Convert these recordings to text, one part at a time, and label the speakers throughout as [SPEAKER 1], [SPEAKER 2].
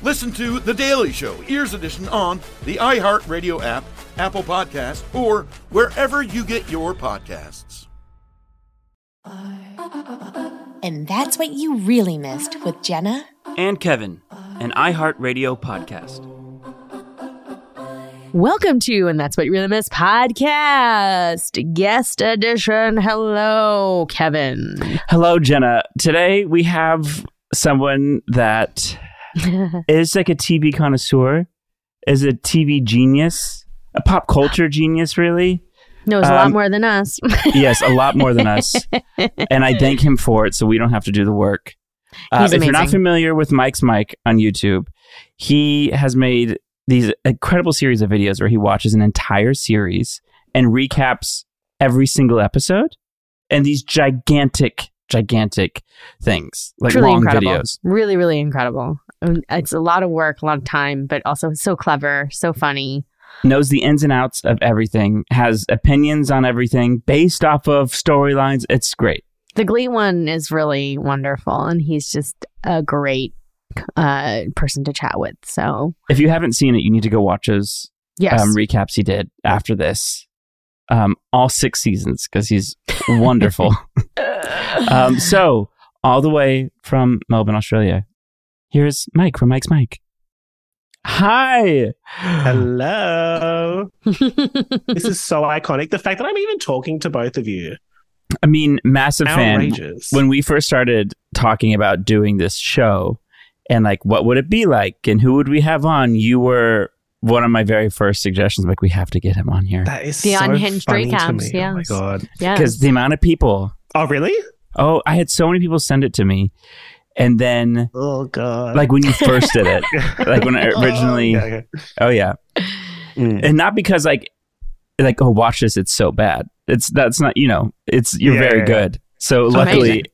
[SPEAKER 1] Listen to The Daily Show Ears Edition on the iHeartRadio app, Apple Podcast, or wherever you get your podcasts.
[SPEAKER 2] And that's what you really missed with Jenna
[SPEAKER 3] and Kevin, an iHeartRadio podcast.
[SPEAKER 4] Welcome to And That's What You Really Miss podcast, guest edition. Hello, Kevin.
[SPEAKER 3] Hello, Jenna. Today we have someone that is like a TV connoisseur, is a TV genius, a pop culture genius, really.
[SPEAKER 4] Knows a lot
[SPEAKER 3] Um,
[SPEAKER 4] more than us.
[SPEAKER 3] Yes, a lot more than us. And I thank him for it, so we don't have to do the work. Uh,
[SPEAKER 4] He's
[SPEAKER 3] if you're not
[SPEAKER 4] amazing.
[SPEAKER 3] familiar with Mike's Mike on YouTube, he has made these incredible series of videos where he watches an entire series and recaps every single episode and these gigantic, gigantic things like
[SPEAKER 4] Truly
[SPEAKER 3] long
[SPEAKER 4] incredible.
[SPEAKER 3] videos.
[SPEAKER 4] Really, really incredible. Um, It's a lot of work, a lot of time, but also so clever, so funny.
[SPEAKER 3] Knows the ins and outs of everything, has opinions on everything based off of storylines. It's great.
[SPEAKER 4] The Glee one is really wonderful, and he's just a great uh, person to chat with. So,
[SPEAKER 3] If you haven't seen it, you need to go watch those
[SPEAKER 4] yes.
[SPEAKER 3] um, recaps he did after this, um, all six seasons because he's wonderful. um, so all the way from Melbourne, Australia. Here's Mike from Mike's Mike. Hi.
[SPEAKER 5] Hello. this is so iconic. The fact that I'm even talking to both of you.
[SPEAKER 3] I mean, massive fan.
[SPEAKER 5] Outrageous.
[SPEAKER 3] When we first started talking about doing this show and like what would it be like and who would we have on, you were one of my very first suggestions. Like we have to get him on here
[SPEAKER 5] that is
[SPEAKER 4] The
[SPEAKER 5] so
[SPEAKER 4] unhinged
[SPEAKER 5] funny to
[SPEAKER 4] recaps,
[SPEAKER 5] me. Oh my
[SPEAKER 4] yes.
[SPEAKER 5] god.
[SPEAKER 4] yeah.
[SPEAKER 3] because the amount of people.
[SPEAKER 5] Oh really?
[SPEAKER 3] Oh, I had so many people send it to me, and then
[SPEAKER 5] Oh god.
[SPEAKER 3] like when you first did it like when I originally
[SPEAKER 5] Yeah, okay.
[SPEAKER 3] oh yeah
[SPEAKER 5] Mm.
[SPEAKER 3] and not because like like oh watch this it's so bad it's that's not you know it's you're
[SPEAKER 5] Yeah,
[SPEAKER 3] very
[SPEAKER 5] yeah, yeah.
[SPEAKER 3] good so
[SPEAKER 4] Amazing.
[SPEAKER 3] luckily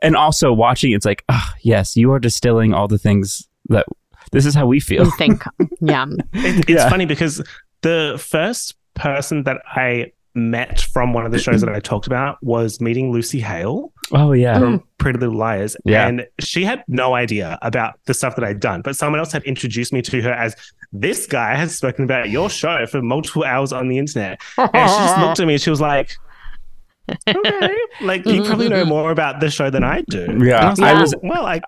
[SPEAKER 3] and also watching it's like oh yes you are distilling all the things that this is how we feel
[SPEAKER 4] You think, yeah.
[SPEAKER 5] It- it's
[SPEAKER 3] Yeah.
[SPEAKER 5] funny because the first person that I met from one of the shows that I talked about was meeting Lucy Hale.
[SPEAKER 3] oh yeah
[SPEAKER 5] from Pretty Little Liars.
[SPEAKER 3] Yeah.
[SPEAKER 5] And she had no idea about the stuff that I'd done, but someone else had introduced me to her as this guy has spoken about your show for multiple hours on the internet. And she just looked at me and she was like, okay, like you probably know more about this show than I do. And
[SPEAKER 3] Yeah.
[SPEAKER 5] I was,
[SPEAKER 3] I
[SPEAKER 5] like,
[SPEAKER 3] was-
[SPEAKER 5] "Oh, well, I,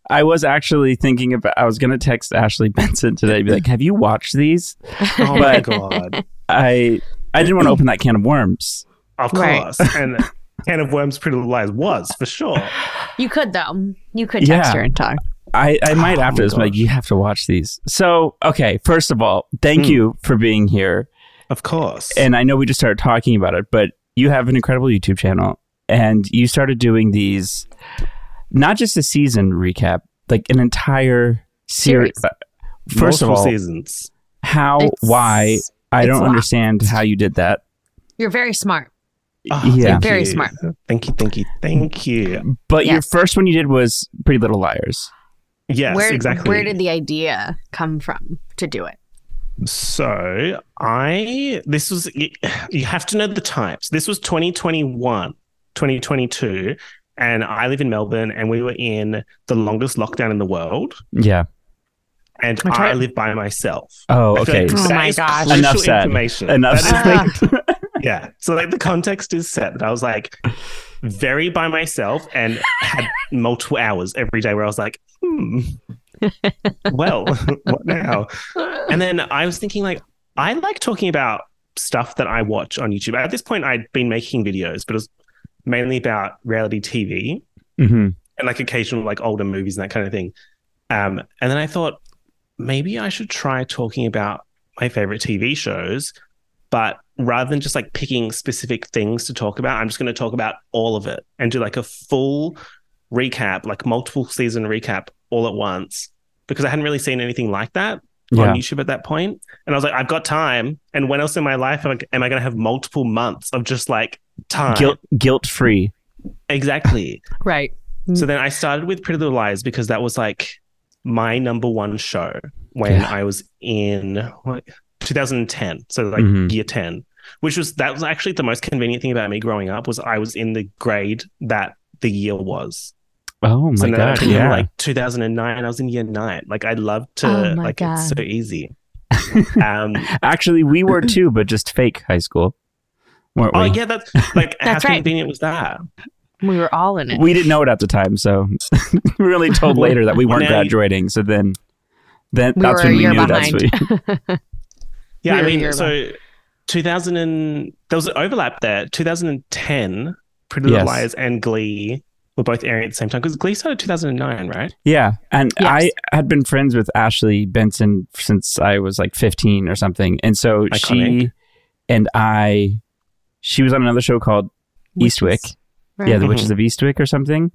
[SPEAKER 3] i was actually thinking about i was gonna text ashley benson today be like have you watched these
[SPEAKER 5] oh my
[SPEAKER 3] But-
[SPEAKER 5] God.
[SPEAKER 3] i i didn't want to open that can of worms
[SPEAKER 5] Of
[SPEAKER 4] Right.
[SPEAKER 5] course. And Can of Worms Pretty Little Lies was for sure.
[SPEAKER 4] You could, though. You could text
[SPEAKER 3] Yeah.
[SPEAKER 4] her and talk.
[SPEAKER 3] I, I might
[SPEAKER 5] Oh
[SPEAKER 3] after
[SPEAKER 5] my
[SPEAKER 3] this, be like,
[SPEAKER 5] gosh.
[SPEAKER 3] you have to watch these. So, okay, first of all, thank
[SPEAKER 5] Mm.
[SPEAKER 3] you for being here.
[SPEAKER 5] Of course.
[SPEAKER 3] And I know we just started talking about it, but you have an incredible YouTube channel. and you started doing these, not just a season recap, like an entire series.
[SPEAKER 5] Series.
[SPEAKER 3] First of
[SPEAKER 5] Multiple
[SPEAKER 3] all,
[SPEAKER 5] seasons.
[SPEAKER 3] How?
[SPEAKER 4] It's-
[SPEAKER 3] why? I
[SPEAKER 4] it's
[SPEAKER 3] don't
[SPEAKER 4] lots.
[SPEAKER 3] understand how you did that.
[SPEAKER 4] You're very smart.
[SPEAKER 3] yeah,
[SPEAKER 4] You're very smart.
[SPEAKER 5] Ah, Thank you, thank you, thank you.
[SPEAKER 3] But your
[SPEAKER 4] Yes.
[SPEAKER 3] first one you did was Pretty Little Liars.
[SPEAKER 5] Yes,
[SPEAKER 4] where,
[SPEAKER 5] exactly.
[SPEAKER 4] Where did the idea come from to do it?
[SPEAKER 5] So I this was you, you have to know the times. This was 2021, 2022, and I live in Melbourne and we were in the longest lockdown in the world.
[SPEAKER 3] Yeah.
[SPEAKER 5] And
[SPEAKER 3] That's
[SPEAKER 5] I
[SPEAKER 3] right.
[SPEAKER 5] live by myself.
[SPEAKER 3] Oh,
[SPEAKER 5] I feel
[SPEAKER 3] okay.
[SPEAKER 5] like
[SPEAKER 3] Oh
[SPEAKER 5] that
[SPEAKER 3] my
[SPEAKER 5] is
[SPEAKER 3] gosh.
[SPEAKER 5] crucial
[SPEAKER 3] Enough said.
[SPEAKER 5] Information.
[SPEAKER 3] Enough
[SPEAKER 5] That is like- yeah. So like the context is set that I was like very by myself and had multiple hours every day where I was like, hmm, well, what now? And then I was thinking, like, I like talking about stuff that I watch on YouTube. At this point, I'd been making videos, but it was mainly about reality TV
[SPEAKER 3] Mm-hmm.
[SPEAKER 5] and like occasional like older movies and that kind of thing. Um, and then I thought maybe I should try talking about my favorite TV shows, but rather than just like picking specific things to talk about, I'm just going to talk about all of it and do like a full recap, like multiple season recap all at once because I hadn't really seen anything like that
[SPEAKER 3] Yeah.
[SPEAKER 5] on YouTube at that point. And I was like, I've got time. And when else in my life am I, am I going to have multiple months of just like time?
[SPEAKER 3] Guilt guilt free.
[SPEAKER 5] Exactly.
[SPEAKER 4] Right.
[SPEAKER 5] So then I started with Pretty Little Lies because that was like my number one show when
[SPEAKER 3] Yeah.
[SPEAKER 5] I was in what, 2010. So like
[SPEAKER 3] Mhm.
[SPEAKER 5] year 10, which was that was actually the most convenient thing about me growing up was I was in the grade that the year was.
[SPEAKER 3] Oh my
[SPEAKER 5] so now that I
[SPEAKER 3] god.
[SPEAKER 5] think of,
[SPEAKER 3] Yeah.
[SPEAKER 5] like 2009, I was in year nine. Like I love to
[SPEAKER 4] Oh my
[SPEAKER 5] like it's
[SPEAKER 4] God.
[SPEAKER 5] so easy. Um,
[SPEAKER 3] Actually, we were too, but just fake high school, weren't we?
[SPEAKER 5] oh yeah, that's like
[SPEAKER 4] That's
[SPEAKER 5] how
[SPEAKER 4] right.
[SPEAKER 5] convenient was that?
[SPEAKER 4] We were all in it.
[SPEAKER 3] We didn't know it at the time, so we were only told later that we weren't
[SPEAKER 5] Now you-
[SPEAKER 3] graduating. So then, then
[SPEAKER 4] We
[SPEAKER 3] that's
[SPEAKER 4] were a
[SPEAKER 3] when we
[SPEAKER 4] year
[SPEAKER 3] knew
[SPEAKER 4] behind.
[SPEAKER 3] that's we.
[SPEAKER 5] Yeah, I
[SPEAKER 4] Year,
[SPEAKER 5] mean,
[SPEAKER 4] year
[SPEAKER 5] so 2000 and there was an overlap there. 2010, Pretty Little
[SPEAKER 3] Yes.
[SPEAKER 5] Liars and Glee were both airing at the same time because Glee started 2009, right?
[SPEAKER 3] yeah, and
[SPEAKER 4] Yes.
[SPEAKER 3] I had been friends with Ashley Benson since I was like 15 or something, and so she
[SPEAKER 5] Iconic.
[SPEAKER 3] and I, she was on another show called
[SPEAKER 4] Witches.
[SPEAKER 3] Eastwick.
[SPEAKER 4] Right.
[SPEAKER 3] Yeah, the
[SPEAKER 5] Mhm.
[SPEAKER 3] Witches of Eastwick or something.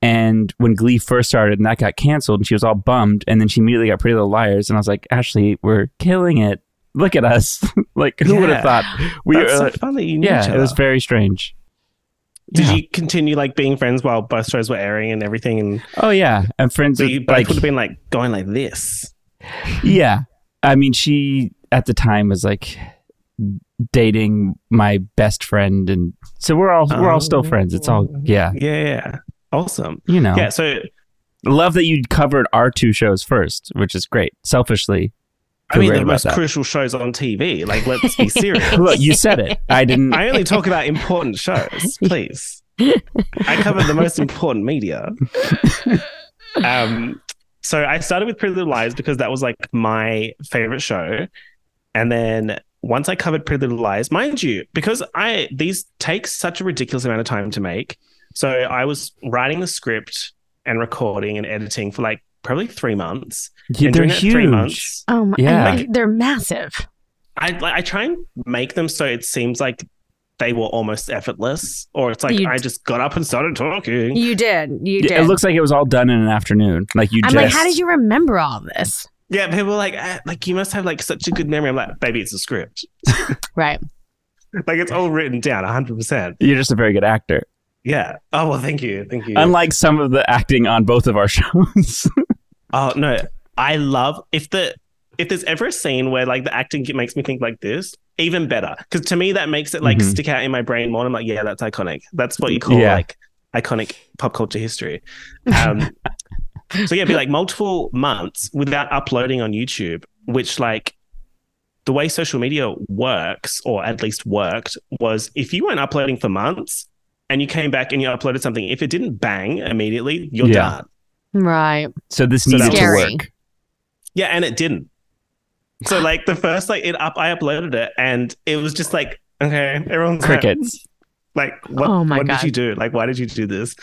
[SPEAKER 3] And when Glee first started and that got canceled and she was all bummed and then she immediately got Pretty Little Liars and I was like, Ashley, we're killing it. Look at us. like who would
[SPEAKER 5] Yeah.
[SPEAKER 3] have thought we
[SPEAKER 5] That's
[SPEAKER 3] were
[SPEAKER 5] so
[SPEAKER 3] like-
[SPEAKER 5] fun that you knew each
[SPEAKER 3] Yeah, it
[SPEAKER 5] other.
[SPEAKER 3] was very strange.
[SPEAKER 5] Did
[SPEAKER 3] Yeah.
[SPEAKER 5] you continue like being friends while both shows were airing and everything? And
[SPEAKER 3] Oh yeah. And friends
[SPEAKER 5] so
[SPEAKER 3] with,
[SPEAKER 5] you both
[SPEAKER 3] like
[SPEAKER 5] would have been like going like this.
[SPEAKER 3] Yeah. I mean she at the time was like dating my best friend and so we're all we're all still friends. It's all
[SPEAKER 5] Oh.
[SPEAKER 3] yeah.
[SPEAKER 5] Yeah, yeah. Awesome.
[SPEAKER 3] You know.
[SPEAKER 5] Yeah, so
[SPEAKER 3] Love that you covered our two shows first, which is great. Selfishly.
[SPEAKER 5] I
[SPEAKER 3] feel
[SPEAKER 5] mean,
[SPEAKER 3] great
[SPEAKER 5] the
[SPEAKER 3] about
[SPEAKER 5] most
[SPEAKER 3] that.
[SPEAKER 5] crucial shows on TV. Like, let's be serious.
[SPEAKER 3] Look, you said it. I didn't.
[SPEAKER 5] I only talk about important shows, please. I cover the most important media. Um, so I started with Pretty Little Lies because that was like my favorite show, and then once I covered Pretty Little Lies, mind you, because I these take such a ridiculous amount of time to make. So I was writing the script and recording and editing for like probably three months.
[SPEAKER 3] Yeah,
[SPEAKER 5] and
[SPEAKER 3] they're
[SPEAKER 5] during that
[SPEAKER 3] huge.
[SPEAKER 5] Three months,
[SPEAKER 4] Oh my
[SPEAKER 3] Yeah.
[SPEAKER 4] and they're massive.
[SPEAKER 5] I like, I try and make them so it seems like they were almost effortless, or it's like
[SPEAKER 4] You-
[SPEAKER 5] I just got up and started talking.
[SPEAKER 4] You did. You did.
[SPEAKER 3] Yeah, it looks like it was all done in an afternoon. Like you
[SPEAKER 4] I'm
[SPEAKER 3] just.
[SPEAKER 4] like, how did you remember all this?
[SPEAKER 5] yeah, people were like, "Ah, like you must have like such a good memory. I'm like, baby, it's a script.
[SPEAKER 4] Right.
[SPEAKER 5] Like it's all written down, 100. percent
[SPEAKER 3] You're just a very good actor.
[SPEAKER 5] Yeah. Oh well, thank you, thank you.
[SPEAKER 3] Unlike some of the acting on both of our shows.
[SPEAKER 5] oh no, I love if the if there's ever a scene where like the acting makes me think like this, even better because to me that makes it like
[SPEAKER 3] Mhm.
[SPEAKER 5] stick out in my brain more. And I'm like, yeah, that's iconic. That's what you call
[SPEAKER 3] Yeah.
[SPEAKER 5] like iconic pop culture history. Um, so yeah, it'd be like multiple months without uploading on YouTube, which like the way social media works, or at least worked, was if you weren't uploading for months and you came back and you uploaded something, if it didn't bang immediately, you're
[SPEAKER 3] Yeah.
[SPEAKER 5] done.
[SPEAKER 4] Right.
[SPEAKER 3] so this
[SPEAKER 5] So that
[SPEAKER 3] needed to
[SPEAKER 4] was-
[SPEAKER 3] work.
[SPEAKER 5] Yeah, and it didn't. So like the first like it up, I uploaded it, and it was just like okay, everyone's like,
[SPEAKER 3] Crickets.
[SPEAKER 5] Like, what,
[SPEAKER 4] Oh my
[SPEAKER 5] what
[SPEAKER 4] God.
[SPEAKER 5] did you do? Like, why did you do this?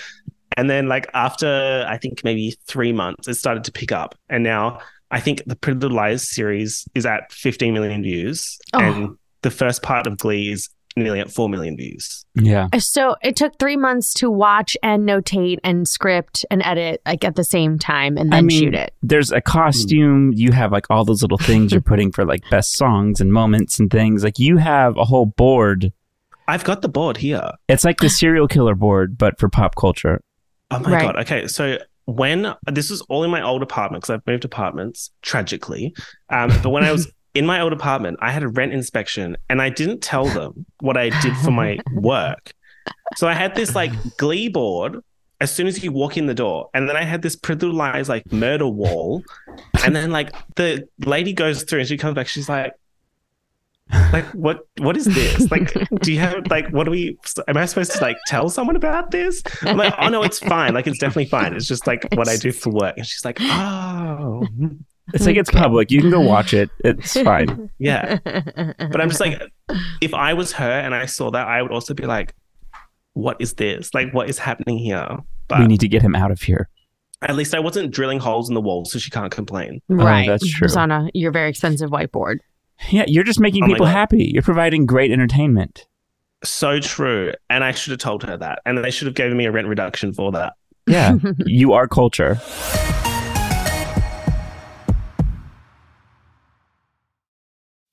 [SPEAKER 5] And then, like, after I think maybe three months, it started to pick up. And now I think the Pretty Little Liars series is at 15 million views.
[SPEAKER 4] Oh.
[SPEAKER 5] And the first part of Glee is nearly at 4 million views.
[SPEAKER 3] Yeah.
[SPEAKER 4] So it took three months to watch and notate and script and edit like at the same time and then
[SPEAKER 3] I mean,
[SPEAKER 4] shoot it.
[SPEAKER 3] There's a costume. You have like all those little things you're putting for like best songs and moments and things. Like you have a whole board.
[SPEAKER 5] I've got the board here.
[SPEAKER 3] It's like the serial killer board, but for pop culture.
[SPEAKER 5] Oh my god. Okay, so when this was all in my old apartment because I've moved apartments tragically, um, but when I was in my old apartment, I had a rent inspection and I didn't tell them what I did for my work. So I had this like glee board as soon as you walk in the door, and then I had this pretty little lies like murder wall, and then like the lady goes through and she comes back, she's like. Like what? What is this? Like, do you have like? What do we? Am I supposed to like tell someone about this? I'm like, oh no, it's fine. Like, it's definitely fine. It's just like what I do for work. And she's like, oh,
[SPEAKER 3] It's like it's public. You can go watch it. It's fine.
[SPEAKER 5] yeah. But I'm just like, if I was her and I saw that, I would also be like, what is this? Like, what is happening here?
[SPEAKER 3] we
[SPEAKER 5] But
[SPEAKER 3] need to get him out of here.
[SPEAKER 5] at least I wasn't drilling holes in the wall, so she can't complain.
[SPEAKER 4] Right.
[SPEAKER 3] that's true.
[SPEAKER 4] It's on a your very expensive whiteboard.
[SPEAKER 3] Yeah, you're just making
[SPEAKER 5] Oh my
[SPEAKER 3] people
[SPEAKER 5] God.
[SPEAKER 3] happy. You're providing great entertainment.
[SPEAKER 5] So true. And I should have told her that. And they should have given me a rent reduction for that.
[SPEAKER 3] Yeah,
[SPEAKER 4] Mm-hmm.
[SPEAKER 3] you are culture.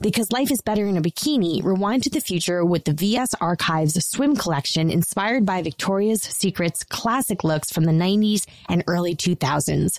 [SPEAKER 2] Because life is better in a bikini, rewind to the future with the VS Archives swim collection inspired by Victoria's Secret's classic looks from the 90s and early 2000s.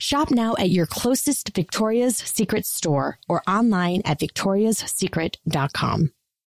[SPEAKER 2] Shop now at your closest Victoria's Secret store or online at victoriassecret.com.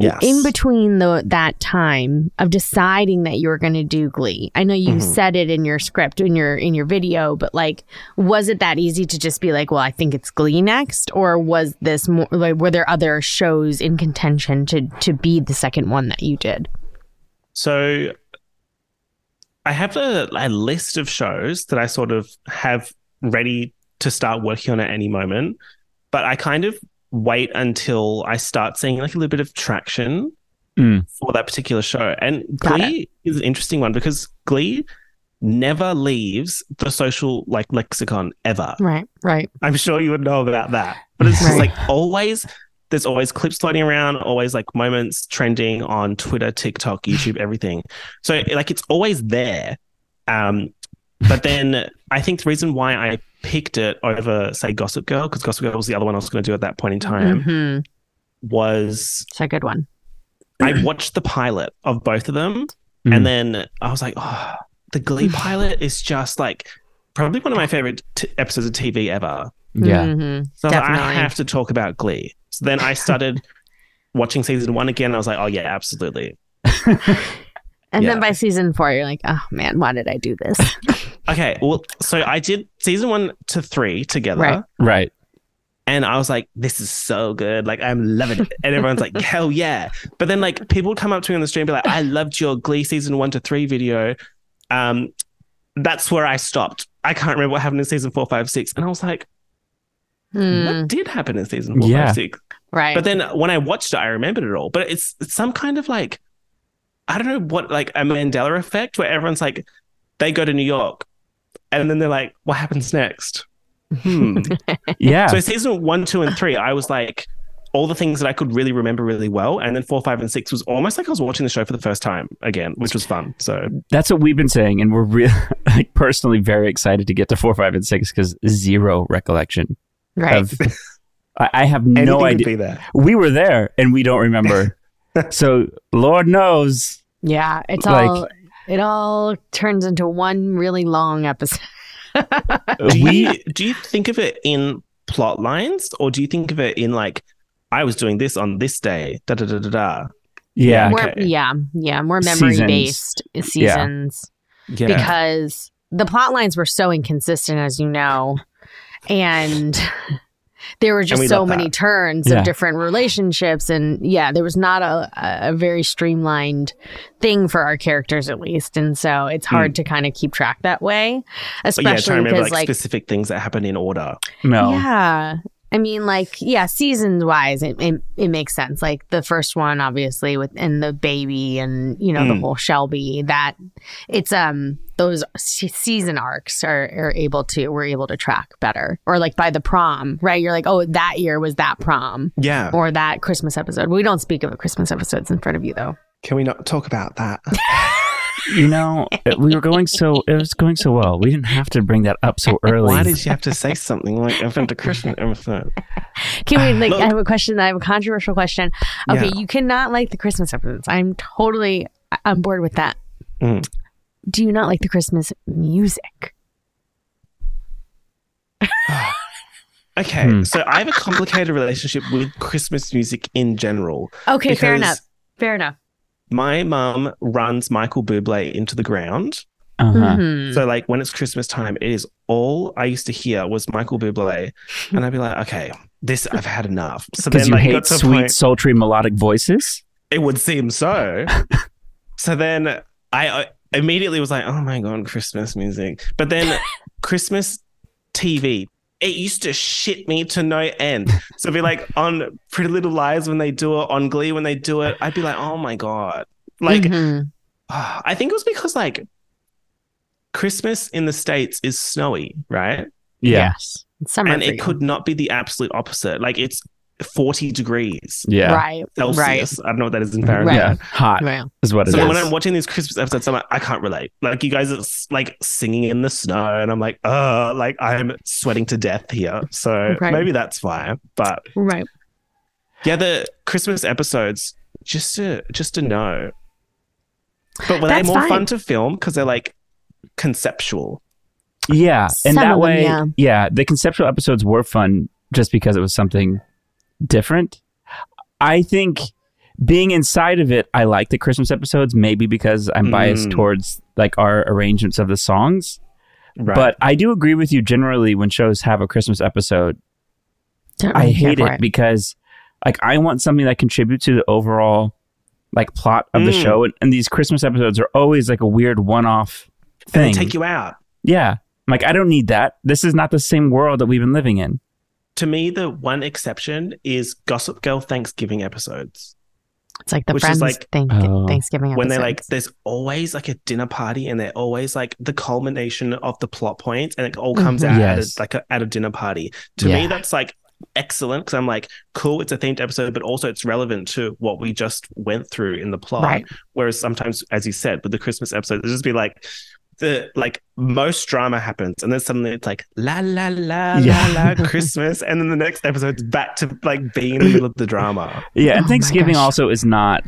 [SPEAKER 5] Yes.
[SPEAKER 4] In between the, that time of deciding that you were going to do Glee, I know you
[SPEAKER 5] Mhm.
[SPEAKER 4] said it in your script in your in your video, but like, was it that easy to just be like, "Well, I think it's Glee next," or was this more like were there other shows in contention to to be the second one that you did?
[SPEAKER 5] So I have a, a list of shows that I sort of have ready to start working on at any moment, but I kind of wait until I start seeing like a little bit of traction for that particular show. And Glee is an interesting one because Glee never leaves the social like lexicon ever.
[SPEAKER 4] Right, right.
[SPEAKER 5] I'm sure you would know about that. But it's just like always there's always clips floating around, always like moments trending on Twitter, TikTok, YouTube, everything. So like it's always there. Um but then I think the reason why I picked it over say Gossip Girl because Gossip Girl was the other one I was going to do at that point in time
[SPEAKER 4] Mhm.
[SPEAKER 5] was
[SPEAKER 4] it's a Mm-hmm. good one.
[SPEAKER 5] I watched the pilot of both of them, and then I was like, oh, the Glee pilot is just like probably one of my favorite t- episodes of TV ever.
[SPEAKER 3] Yeah.
[SPEAKER 5] Mm.
[SPEAKER 3] Mhm.
[SPEAKER 5] So I, was like, I
[SPEAKER 3] Definitely.
[SPEAKER 5] have to talk about Glee. So then I started watching season one again. And I was like, oh yeah, absolutely.
[SPEAKER 4] And
[SPEAKER 5] Yeah.
[SPEAKER 4] then by season four, you're like, oh man, why did I do this?
[SPEAKER 5] Okay, well, so I did season one to three together.
[SPEAKER 4] Right.
[SPEAKER 3] Right.
[SPEAKER 5] And I was like, this is so good. Like, I'm loving it. And everyone's like, hell yeah. But then, like, people would come up to me on the stream and be like, I loved your Glee season one to three video. Um, that's where I stopped. I can't remember what happened in season four, five, six. And I was like,
[SPEAKER 4] Hmm.
[SPEAKER 5] what did happen in season four,
[SPEAKER 3] Yeah.
[SPEAKER 5] five, six?
[SPEAKER 4] Right.
[SPEAKER 5] But then when I watched it, I remembered it all. But it's, it's some kind of like, I don't know what, like a Mandela effect where everyone's like, they go to New York and then they're like, what happens next? Hmm.
[SPEAKER 3] Yeah.
[SPEAKER 5] So season one, two, and three, I was like all the things that I could really remember really well. And then four, five, and six was almost like I was watching the show for the first time again, which was fun. So
[SPEAKER 3] That's what we've been saying, and we're real like personally very excited to get to four, five, and six because zero recollection.
[SPEAKER 4] Right.
[SPEAKER 3] Of, I, I have no
[SPEAKER 5] Anything
[SPEAKER 3] idea.
[SPEAKER 5] could be there.
[SPEAKER 3] We were there, and we don't remember. so Lord knows.
[SPEAKER 4] yeah, it's
[SPEAKER 3] Like-
[SPEAKER 4] all it all turns into one really long episode.
[SPEAKER 5] do you do you think of it in plot lines or do you think of it in like I was doing this on this day? Da da da da da.
[SPEAKER 3] Yeah.
[SPEAKER 4] More, yeah, yeah, more memory
[SPEAKER 3] Seasons.
[SPEAKER 4] based
[SPEAKER 3] Yeah.
[SPEAKER 4] seasons
[SPEAKER 3] Yeah.
[SPEAKER 4] because the plot lines were so inconsistent, as you know, and there were just
[SPEAKER 5] we
[SPEAKER 4] so
[SPEAKER 5] love
[SPEAKER 4] many
[SPEAKER 5] that.
[SPEAKER 4] turns
[SPEAKER 5] Yeah.
[SPEAKER 4] of different relationships, and yeah, there was not a a very streamlined thing for our characters, at least, and so it's hard
[SPEAKER 5] Mm.
[SPEAKER 4] to kind of keep track that way,
[SPEAKER 5] But yeah, trying
[SPEAKER 4] especially
[SPEAKER 5] to remember
[SPEAKER 4] because
[SPEAKER 5] like,
[SPEAKER 4] like
[SPEAKER 5] specific things that happen in order.
[SPEAKER 4] yeah. I mean, like, yeah, seasons wise, it, it, it makes sense. Like the first one, obviously, with and the baby and you know the
[SPEAKER 6] Mm.
[SPEAKER 4] whole Shelby. That it's um those se- season arcs are, are able to we're able to track better. Or like by the prom, right? You're like, oh, that year was that prom.
[SPEAKER 5] Yeah.
[SPEAKER 4] Or that Christmas episode. We don't speak of Christmas episodes in front of you though.
[SPEAKER 5] Can we not talk about that?
[SPEAKER 3] You know, we were going so it was going so well. We didn't have to bring that up so early.
[SPEAKER 5] Why did you have to say something like I've been to Christian episode?
[SPEAKER 4] Can we like?
[SPEAKER 5] Look-
[SPEAKER 4] I have a question. I have a controversial question. Okay,
[SPEAKER 5] Yeah.
[SPEAKER 4] you cannot like the Christmas episodes. I'm totally I- on board with that.
[SPEAKER 5] Mm.
[SPEAKER 4] Do you not like the Christmas music?
[SPEAKER 5] Okay, so I have a complicated relationship with Christmas music in general.
[SPEAKER 4] Okay, fair
[SPEAKER 5] because
[SPEAKER 4] enough. Fair enough.
[SPEAKER 5] My mum runs Michael Bublé into the ground.
[SPEAKER 3] Uh-huh.
[SPEAKER 4] Mhm.
[SPEAKER 5] So, like, when it's Christmas time, it is all I used to hear was Michael Bublé, and I'd be like, "Okay, this I've had enough." So
[SPEAKER 3] Because
[SPEAKER 5] then,
[SPEAKER 3] you
[SPEAKER 5] like,
[SPEAKER 3] hate
[SPEAKER 5] got to a
[SPEAKER 3] sweet,
[SPEAKER 5] point-
[SPEAKER 3] sultry, melodic voices.
[SPEAKER 5] It would seem so. so then I, I immediately was like, oh my God, Christmas music. But then Christmas TV, it used to shit me to no end. So it'd be like on Pretty Little Lies when they do it, on Glee when they do it, I'd be like, oh my God. Like,
[SPEAKER 4] Mm-hmm.
[SPEAKER 5] I think it was because like Christmas in the States is snowy, right?
[SPEAKER 3] Yeah.
[SPEAKER 4] Yes. Summer
[SPEAKER 5] and
[SPEAKER 4] for
[SPEAKER 5] it
[SPEAKER 4] you.
[SPEAKER 5] could not be the absolute opposite. Like it's 40 degrees.
[SPEAKER 3] Yeah. Right,
[SPEAKER 5] Celsius. I don't know what that is in Fahrenheit
[SPEAKER 3] Yeah. Hot is what it is.
[SPEAKER 5] so when I'm watching these Christmas episodes, I'm like, I can't relate. Like you guys are s- like singing in the snow, and I'm like, uh, like I'm sweating to death here. So
[SPEAKER 4] Right.
[SPEAKER 5] maybe that's why. But
[SPEAKER 4] Right.
[SPEAKER 5] yeah, the Christmas episodes, just to just to know. But were
[SPEAKER 3] That's
[SPEAKER 5] they more
[SPEAKER 3] fine.
[SPEAKER 5] fun to film because they're like conceptual?
[SPEAKER 3] Yeah,
[SPEAKER 5] Some
[SPEAKER 3] and
[SPEAKER 5] of
[SPEAKER 3] that
[SPEAKER 5] them,
[SPEAKER 3] way,
[SPEAKER 5] yeah.
[SPEAKER 3] yeah, the conceptual episodes were fun just because it was something different. I think being inside of it, I like the Christmas episodes, maybe because I'm biased
[SPEAKER 5] Mm.
[SPEAKER 3] towards like our arrangements of the songs.
[SPEAKER 5] Right.
[SPEAKER 3] But I do agree with you generally when shows have a Christmas episode.
[SPEAKER 4] Don't
[SPEAKER 3] I
[SPEAKER 4] really care
[SPEAKER 3] hate
[SPEAKER 4] for
[SPEAKER 3] it, because like I want something that contributes to the overall like plot of the
[SPEAKER 5] Mm.
[SPEAKER 3] show, and, and these Christmas episodes are always like a weird one-off
[SPEAKER 5] And they
[SPEAKER 3] thing.
[SPEAKER 5] take you out.
[SPEAKER 3] Yeah. I'm like, I don't need that. This is not the same world that we've been living in.
[SPEAKER 5] To me, the one exception is Gossip Girl Thanksgiving episodes.
[SPEAKER 4] It's like the
[SPEAKER 5] Which is
[SPEAKER 4] Friends
[SPEAKER 5] like- oh.
[SPEAKER 4] thank- Thanksgiving episode.
[SPEAKER 5] when they like there's always like a dinner party and they're always like the culmination of the plot points and it all comes
[SPEAKER 3] Mhm.
[SPEAKER 5] out at
[SPEAKER 3] Yes.
[SPEAKER 5] a, like a, at a dinner party to me
[SPEAKER 3] Yeah.
[SPEAKER 5] that's like excellent because i'm like cool it's a themed episode but also it's relevant to what we just went through in the plot
[SPEAKER 3] Right.
[SPEAKER 5] whereas sometimes as you said with the christmas episode it'll just be like the like most drama happens and then suddenly it's like la la la la
[SPEAKER 3] Yeah.
[SPEAKER 5] la christmas and then the next episode's back to like being in the middle of the drama
[SPEAKER 3] Yeah. And Thanksgiving also is not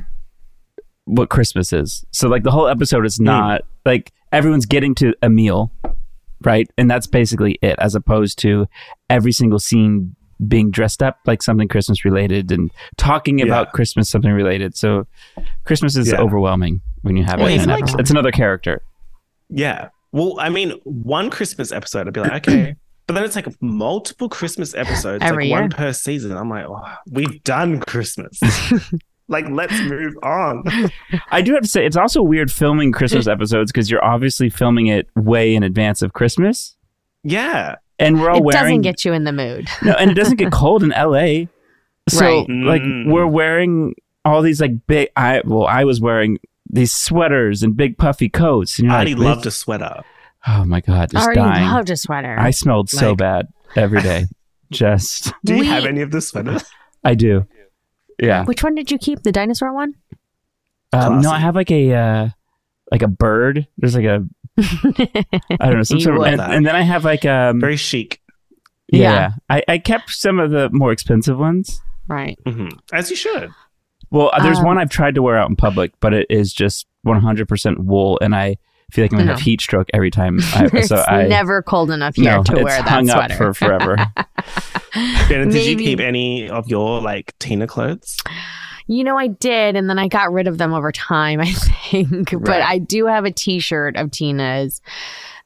[SPEAKER 3] what Christmas is. So like the whole episode
[SPEAKER 5] Hmm.
[SPEAKER 3] is not like everyone's getting to a meal, right? And that's basically it, as opposed to every single scene being dressed up like something Christmas related and talking about Christmas something related. So Christmas is
[SPEAKER 5] Yeah.
[SPEAKER 3] overwhelming when you have
[SPEAKER 5] Well,
[SPEAKER 3] it.
[SPEAKER 5] I
[SPEAKER 3] In an
[SPEAKER 5] feel like-
[SPEAKER 3] episode. it's another character.
[SPEAKER 5] Yeah. Well, I mean, one Christmas episode, I'd be like, okay. But then it's like multiple Christmas episodes,
[SPEAKER 4] Every
[SPEAKER 5] like
[SPEAKER 4] year.
[SPEAKER 5] one per season. I'm like, oh, we've done Christmas. like, let's move on.
[SPEAKER 3] I do have to say it's also weird filming Christmas episodes because you're obviously filming it way in advance of Christmas.
[SPEAKER 5] Yeah.
[SPEAKER 3] And we're all
[SPEAKER 4] it doesn't
[SPEAKER 3] wearing
[SPEAKER 4] get you in the mood.
[SPEAKER 3] No, and it doesn't get cold in LA. So
[SPEAKER 4] Right.
[SPEAKER 3] like
[SPEAKER 5] Mm.
[SPEAKER 3] we're wearing all these like big I well, I was wearing these sweaters and big puffy coats. And you're
[SPEAKER 5] I
[SPEAKER 3] like,
[SPEAKER 5] already loved a
[SPEAKER 3] this-
[SPEAKER 5] sweater.
[SPEAKER 3] Oh my god, just
[SPEAKER 4] I already
[SPEAKER 3] dying.
[SPEAKER 4] loved a sweater.
[SPEAKER 3] I smelled so
[SPEAKER 4] Like-
[SPEAKER 3] bad every day. just
[SPEAKER 5] Do you
[SPEAKER 4] We-
[SPEAKER 5] have any of the sweaters?
[SPEAKER 3] I do. Yeah.
[SPEAKER 4] Which one did you keep? The dinosaur one?
[SPEAKER 3] Um, no, I have like a uh, like a bird. There's like a I don't know some
[SPEAKER 4] You
[SPEAKER 3] sort of,
[SPEAKER 4] would.
[SPEAKER 3] and, and then I have like um very
[SPEAKER 5] chic.
[SPEAKER 3] Yeah,
[SPEAKER 5] Yeah.
[SPEAKER 3] I, I kept some of the more expensive ones.
[SPEAKER 4] Right.
[SPEAKER 5] As you should.
[SPEAKER 3] Well, uh, there's
[SPEAKER 5] Um,
[SPEAKER 3] one I've tried to wear out in public, but it is just 100% wool, and I feel like I'm gonna
[SPEAKER 4] No.
[SPEAKER 3] have heat stroke every time. I,
[SPEAKER 4] it's
[SPEAKER 3] so I
[SPEAKER 4] never cold enough here
[SPEAKER 3] No,
[SPEAKER 4] to
[SPEAKER 3] it's
[SPEAKER 4] wear that
[SPEAKER 3] hung
[SPEAKER 4] sweater.
[SPEAKER 3] up for forever.
[SPEAKER 5] Dana, did you
[SPEAKER 4] Maybe-
[SPEAKER 5] keep any of your like Tina clothes?
[SPEAKER 4] You know, I did, and then I got rid of them over time, I think. But
[SPEAKER 5] Right.
[SPEAKER 4] I do have a t shirt of Tina's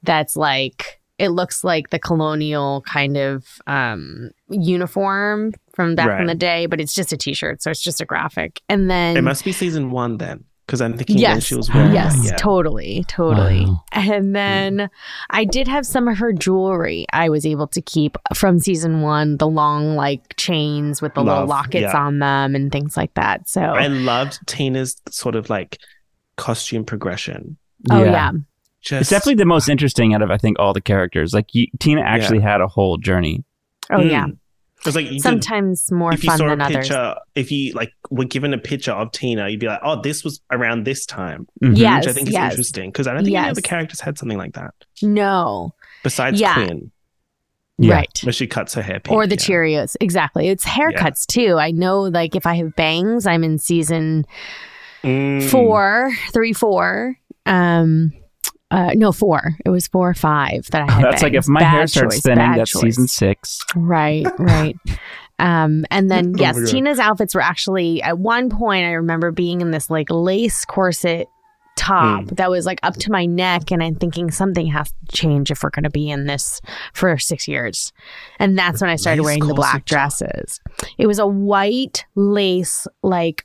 [SPEAKER 4] that's like, it looks like the colonial kind of um, uniform from back in
[SPEAKER 5] Right.
[SPEAKER 4] the day, but it's just a t shirt. So it's just a graphic. And then.
[SPEAKER 5] it must be season one then, because I'm thinking when
[SPEAKER 4] Yes.
[SPEAKER 5] she was wearing
[SPEAKER 4] yes,
[SPEAKER 5] that, yeah.
[SPEAKER 4] totally, totally.
[SPEAKER 5] Wow.
[SPEAKER 4] And then I did have some of her jewelry I was able to keep from season one, the long like chains with the little
[SPEAKER 5] Love,
[SPEAKER 4] lockets
[SPEAKER 5] yeah.
[SPEAKER 4] on them and things like that. So oh,
[SPEAKER 5] I loved Tina's sort of like costume progression.
[SPEAKER 4] Oh, yeah.
[SPEAKER 3] it's definitely the most interesting out of I think all the characters. Like you, Tina actually
[SPEAKER 5] Yeah.
[SPEAKER 3] had a whole journey.
[SPEAKER 4] Oh yeah.
[SPEAKER 5] Because Mm. like you could-
[SPEAKER 4] Sometimes more
[SPEAKER 5] if you
[SPEAKER 4] fun
[SPEAKER 5] saw
[SPEAKER 4] than
[SPEAKER 5] a
[SPEAKER 4] others.
[SPEAKER 5] picture, if you like were given a picture of Tina, you'd be like, "Oh, this was around this time,"
[SPEAKER 4] Mhm.
[SPEAKER 3] Mm-hmm.
[SPEAKER 5] which I
[SPEAKER 4] Yes,
[SPEAKER 5] think is
[SPEAKER 4] yes.
[SPEAKER 5] interesting because I don't think any of the
[SPEAKER 4] Yes.
[SPEAKER 5] characters had something like that
[SPEAKER 4] No.
[SPEAKER 5] besides
[SPEAKER 4] Yeah.
[SPEAKER 5] Quinn,
[SPEAKER 4] Right.
[SPEAKER 5] Where she cuts her hair pink.
[SPEAKER 4] Or the Cheerios. Exactly. It's haircuts too. I know like if I have bangs, I'm in season
[SPEAKER 5] Mm.
[SPEAKER 4] four, three, four. Um uh, no, four. It was four or five that I had.
[SPEAKER 3] Oh, That's like
[SPEAKER 4] bangs.
[SPEAKER 3] if my hair
[SPEAKER 4] Bad
[SPEAKER 3] starts
[SPEAKER 4] choice,
[SPEAKER 3] thinning,
[SPEAKER 4] bad
[SPEAKER 3] that's
[SPEAKER 4] choice.
[SPEAKER 3] season six.
[SPEAKER 4] Right, right. um, and then
[SPEAKER 3] Oh
[SPEAKER 4] yes,
[SPEAKER 3] my God.
[SPEAKER 4] Tina's outfits were actually at one point I remember being in this like lace corset top
[SPEAKER 5] Hmm.
[SPEAKER 4] that was like up to my neck, and I'm thinking something has to change if we're going to be in this for six years. And that's when I started
[SPEAKER 5] Lace
[SPEAKER 4] wearing the black
[SPEAKER 5] corset top.
[SPEAKER 4] dresses. It was a white lace like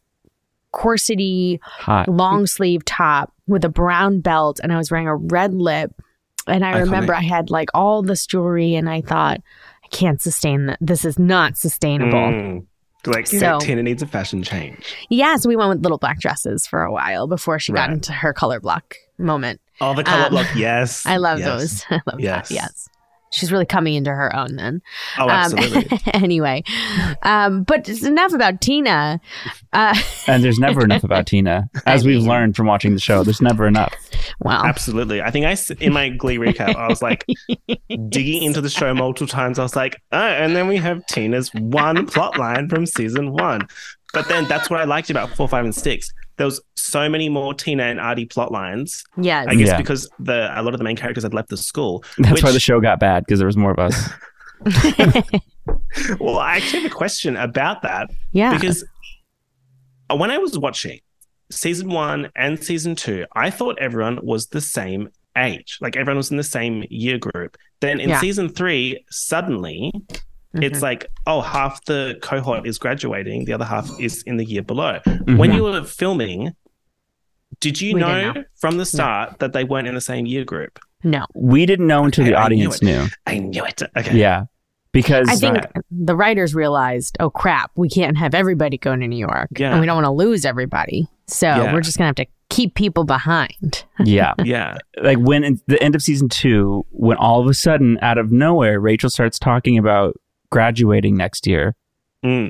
[SPEAKER 4] corsety
[SPEAKER 3] Hot.
[SPEAKER 4] long sleeve top with a brown belt and I was wearing a red lip and I remember
[SPEAKER 5] Iconic.
[SPEAKER 4] I had like all this jewelry and I thought I can't sustain that this is not sustainable.
[SPEAKER 5] Mm. Like
[SPEAKER 4] So-
[SPEAKER 5] Tina needs a fashion change.
[SPEAKER 4] Yeah, so we went with little black dresses for a while before she got
[SPEAKER 5] Right.
[SPEAKER 4] into her color block moment.
[SPEAKER 5] Oh, the color
[SPEAKER 4] Um,
[SPEAKER 5] block. Yes,
[SPEAKER 4] I love
[SPEAKER 5] Yes.
[SPEAKER 4] those. I love
[SPEAKER 5] Yes.
[SPEAKER 4] that. Yes. She's really coming into her own then. Um,
[SPEAKER 5] Oh, absolutely.
[SPEAKER 4] anyway, um, but it's enough about Tina. Uh,
[SPEAKER 3] And there's never enough about Tina, as we've learned from watching the show. There's never enough.
[SPEAKER 4] Wow.
[SPEAKER 5] Absolutely. I think I s- in my Glee recap, I was like digging into the show multiple times. I was like, oh, and then we have Tina's one plot line from season one. But then that's what I liked about four, five, and six. There was so many more Tina and Artie plot lines.
[SPEAKER 4] Yes.
[SPEAKER 5] I guess
[SPEAKER 3] Yeah.
[SPEAKER 5] because the a lot of the main characters had left the school.
[SPEAKER 3] That's
[SPEAKER 5] which-
[SPEAKER 3] why the show got bad because there was more of us.
[SPEAKER 5] Well, I actually have a question about that.
[SPEAKER 4] Yeah.
[SPEAKER 5] Because uh, when I was watching season one and season two, I thought everyone was the same age. Like everyone was in the same year group. Then in
[SPEAKER 1] Yeah.
[SPEAKER 5] season three, suddenly
[SPEAKER 3] Mm-hmm.
[SPEAKER 5] it's like, oh, half the cohort is graduating, the other half is in the year below.
[SPEAKER 3] Mm-hmm.
[SPEAKER 5] When
[SPEAKER 1] Mhm.
[SPEAKER 5] you were filming, did you
[SPEAKER 3] We
[SPEAKER 5] know,
[SPEAKER 3] didn't know.
[SPEAKER 5] from the start that they weren't in the same year group?
[SPEAKER 4] no.
[SPEAKER 3] We didn't know until
[SPEAKER 5] I
[SPEAKER 3] the
[SPEAKER 5] knew
[SPEAKER 3] audience
[SPEAKER 5] it.
[SPEAKER 3] knew.
[SPEAKER 5] I knew it. Okay.
[SPEAKER 3] Yeah. Because
[SPEAKER 4] I think the writers realized, oh crap, we can't have everybody going to New York,
[SPEAKER 3] Yeah.
[SPEAKER 4] and we don't want to lose everybody, so
[SPEAKER 3] Yeah.
[SPEAKER 4] we're just gonna have to keep people behind.
[SPEAKER 3] yeah
[SPEAKER 5] yeah
[SPEAKER 3] like when in the end of season two when all of a sudden out of nowhere rachel starts talking about graduating next year
[SPEAKER 5] Mm.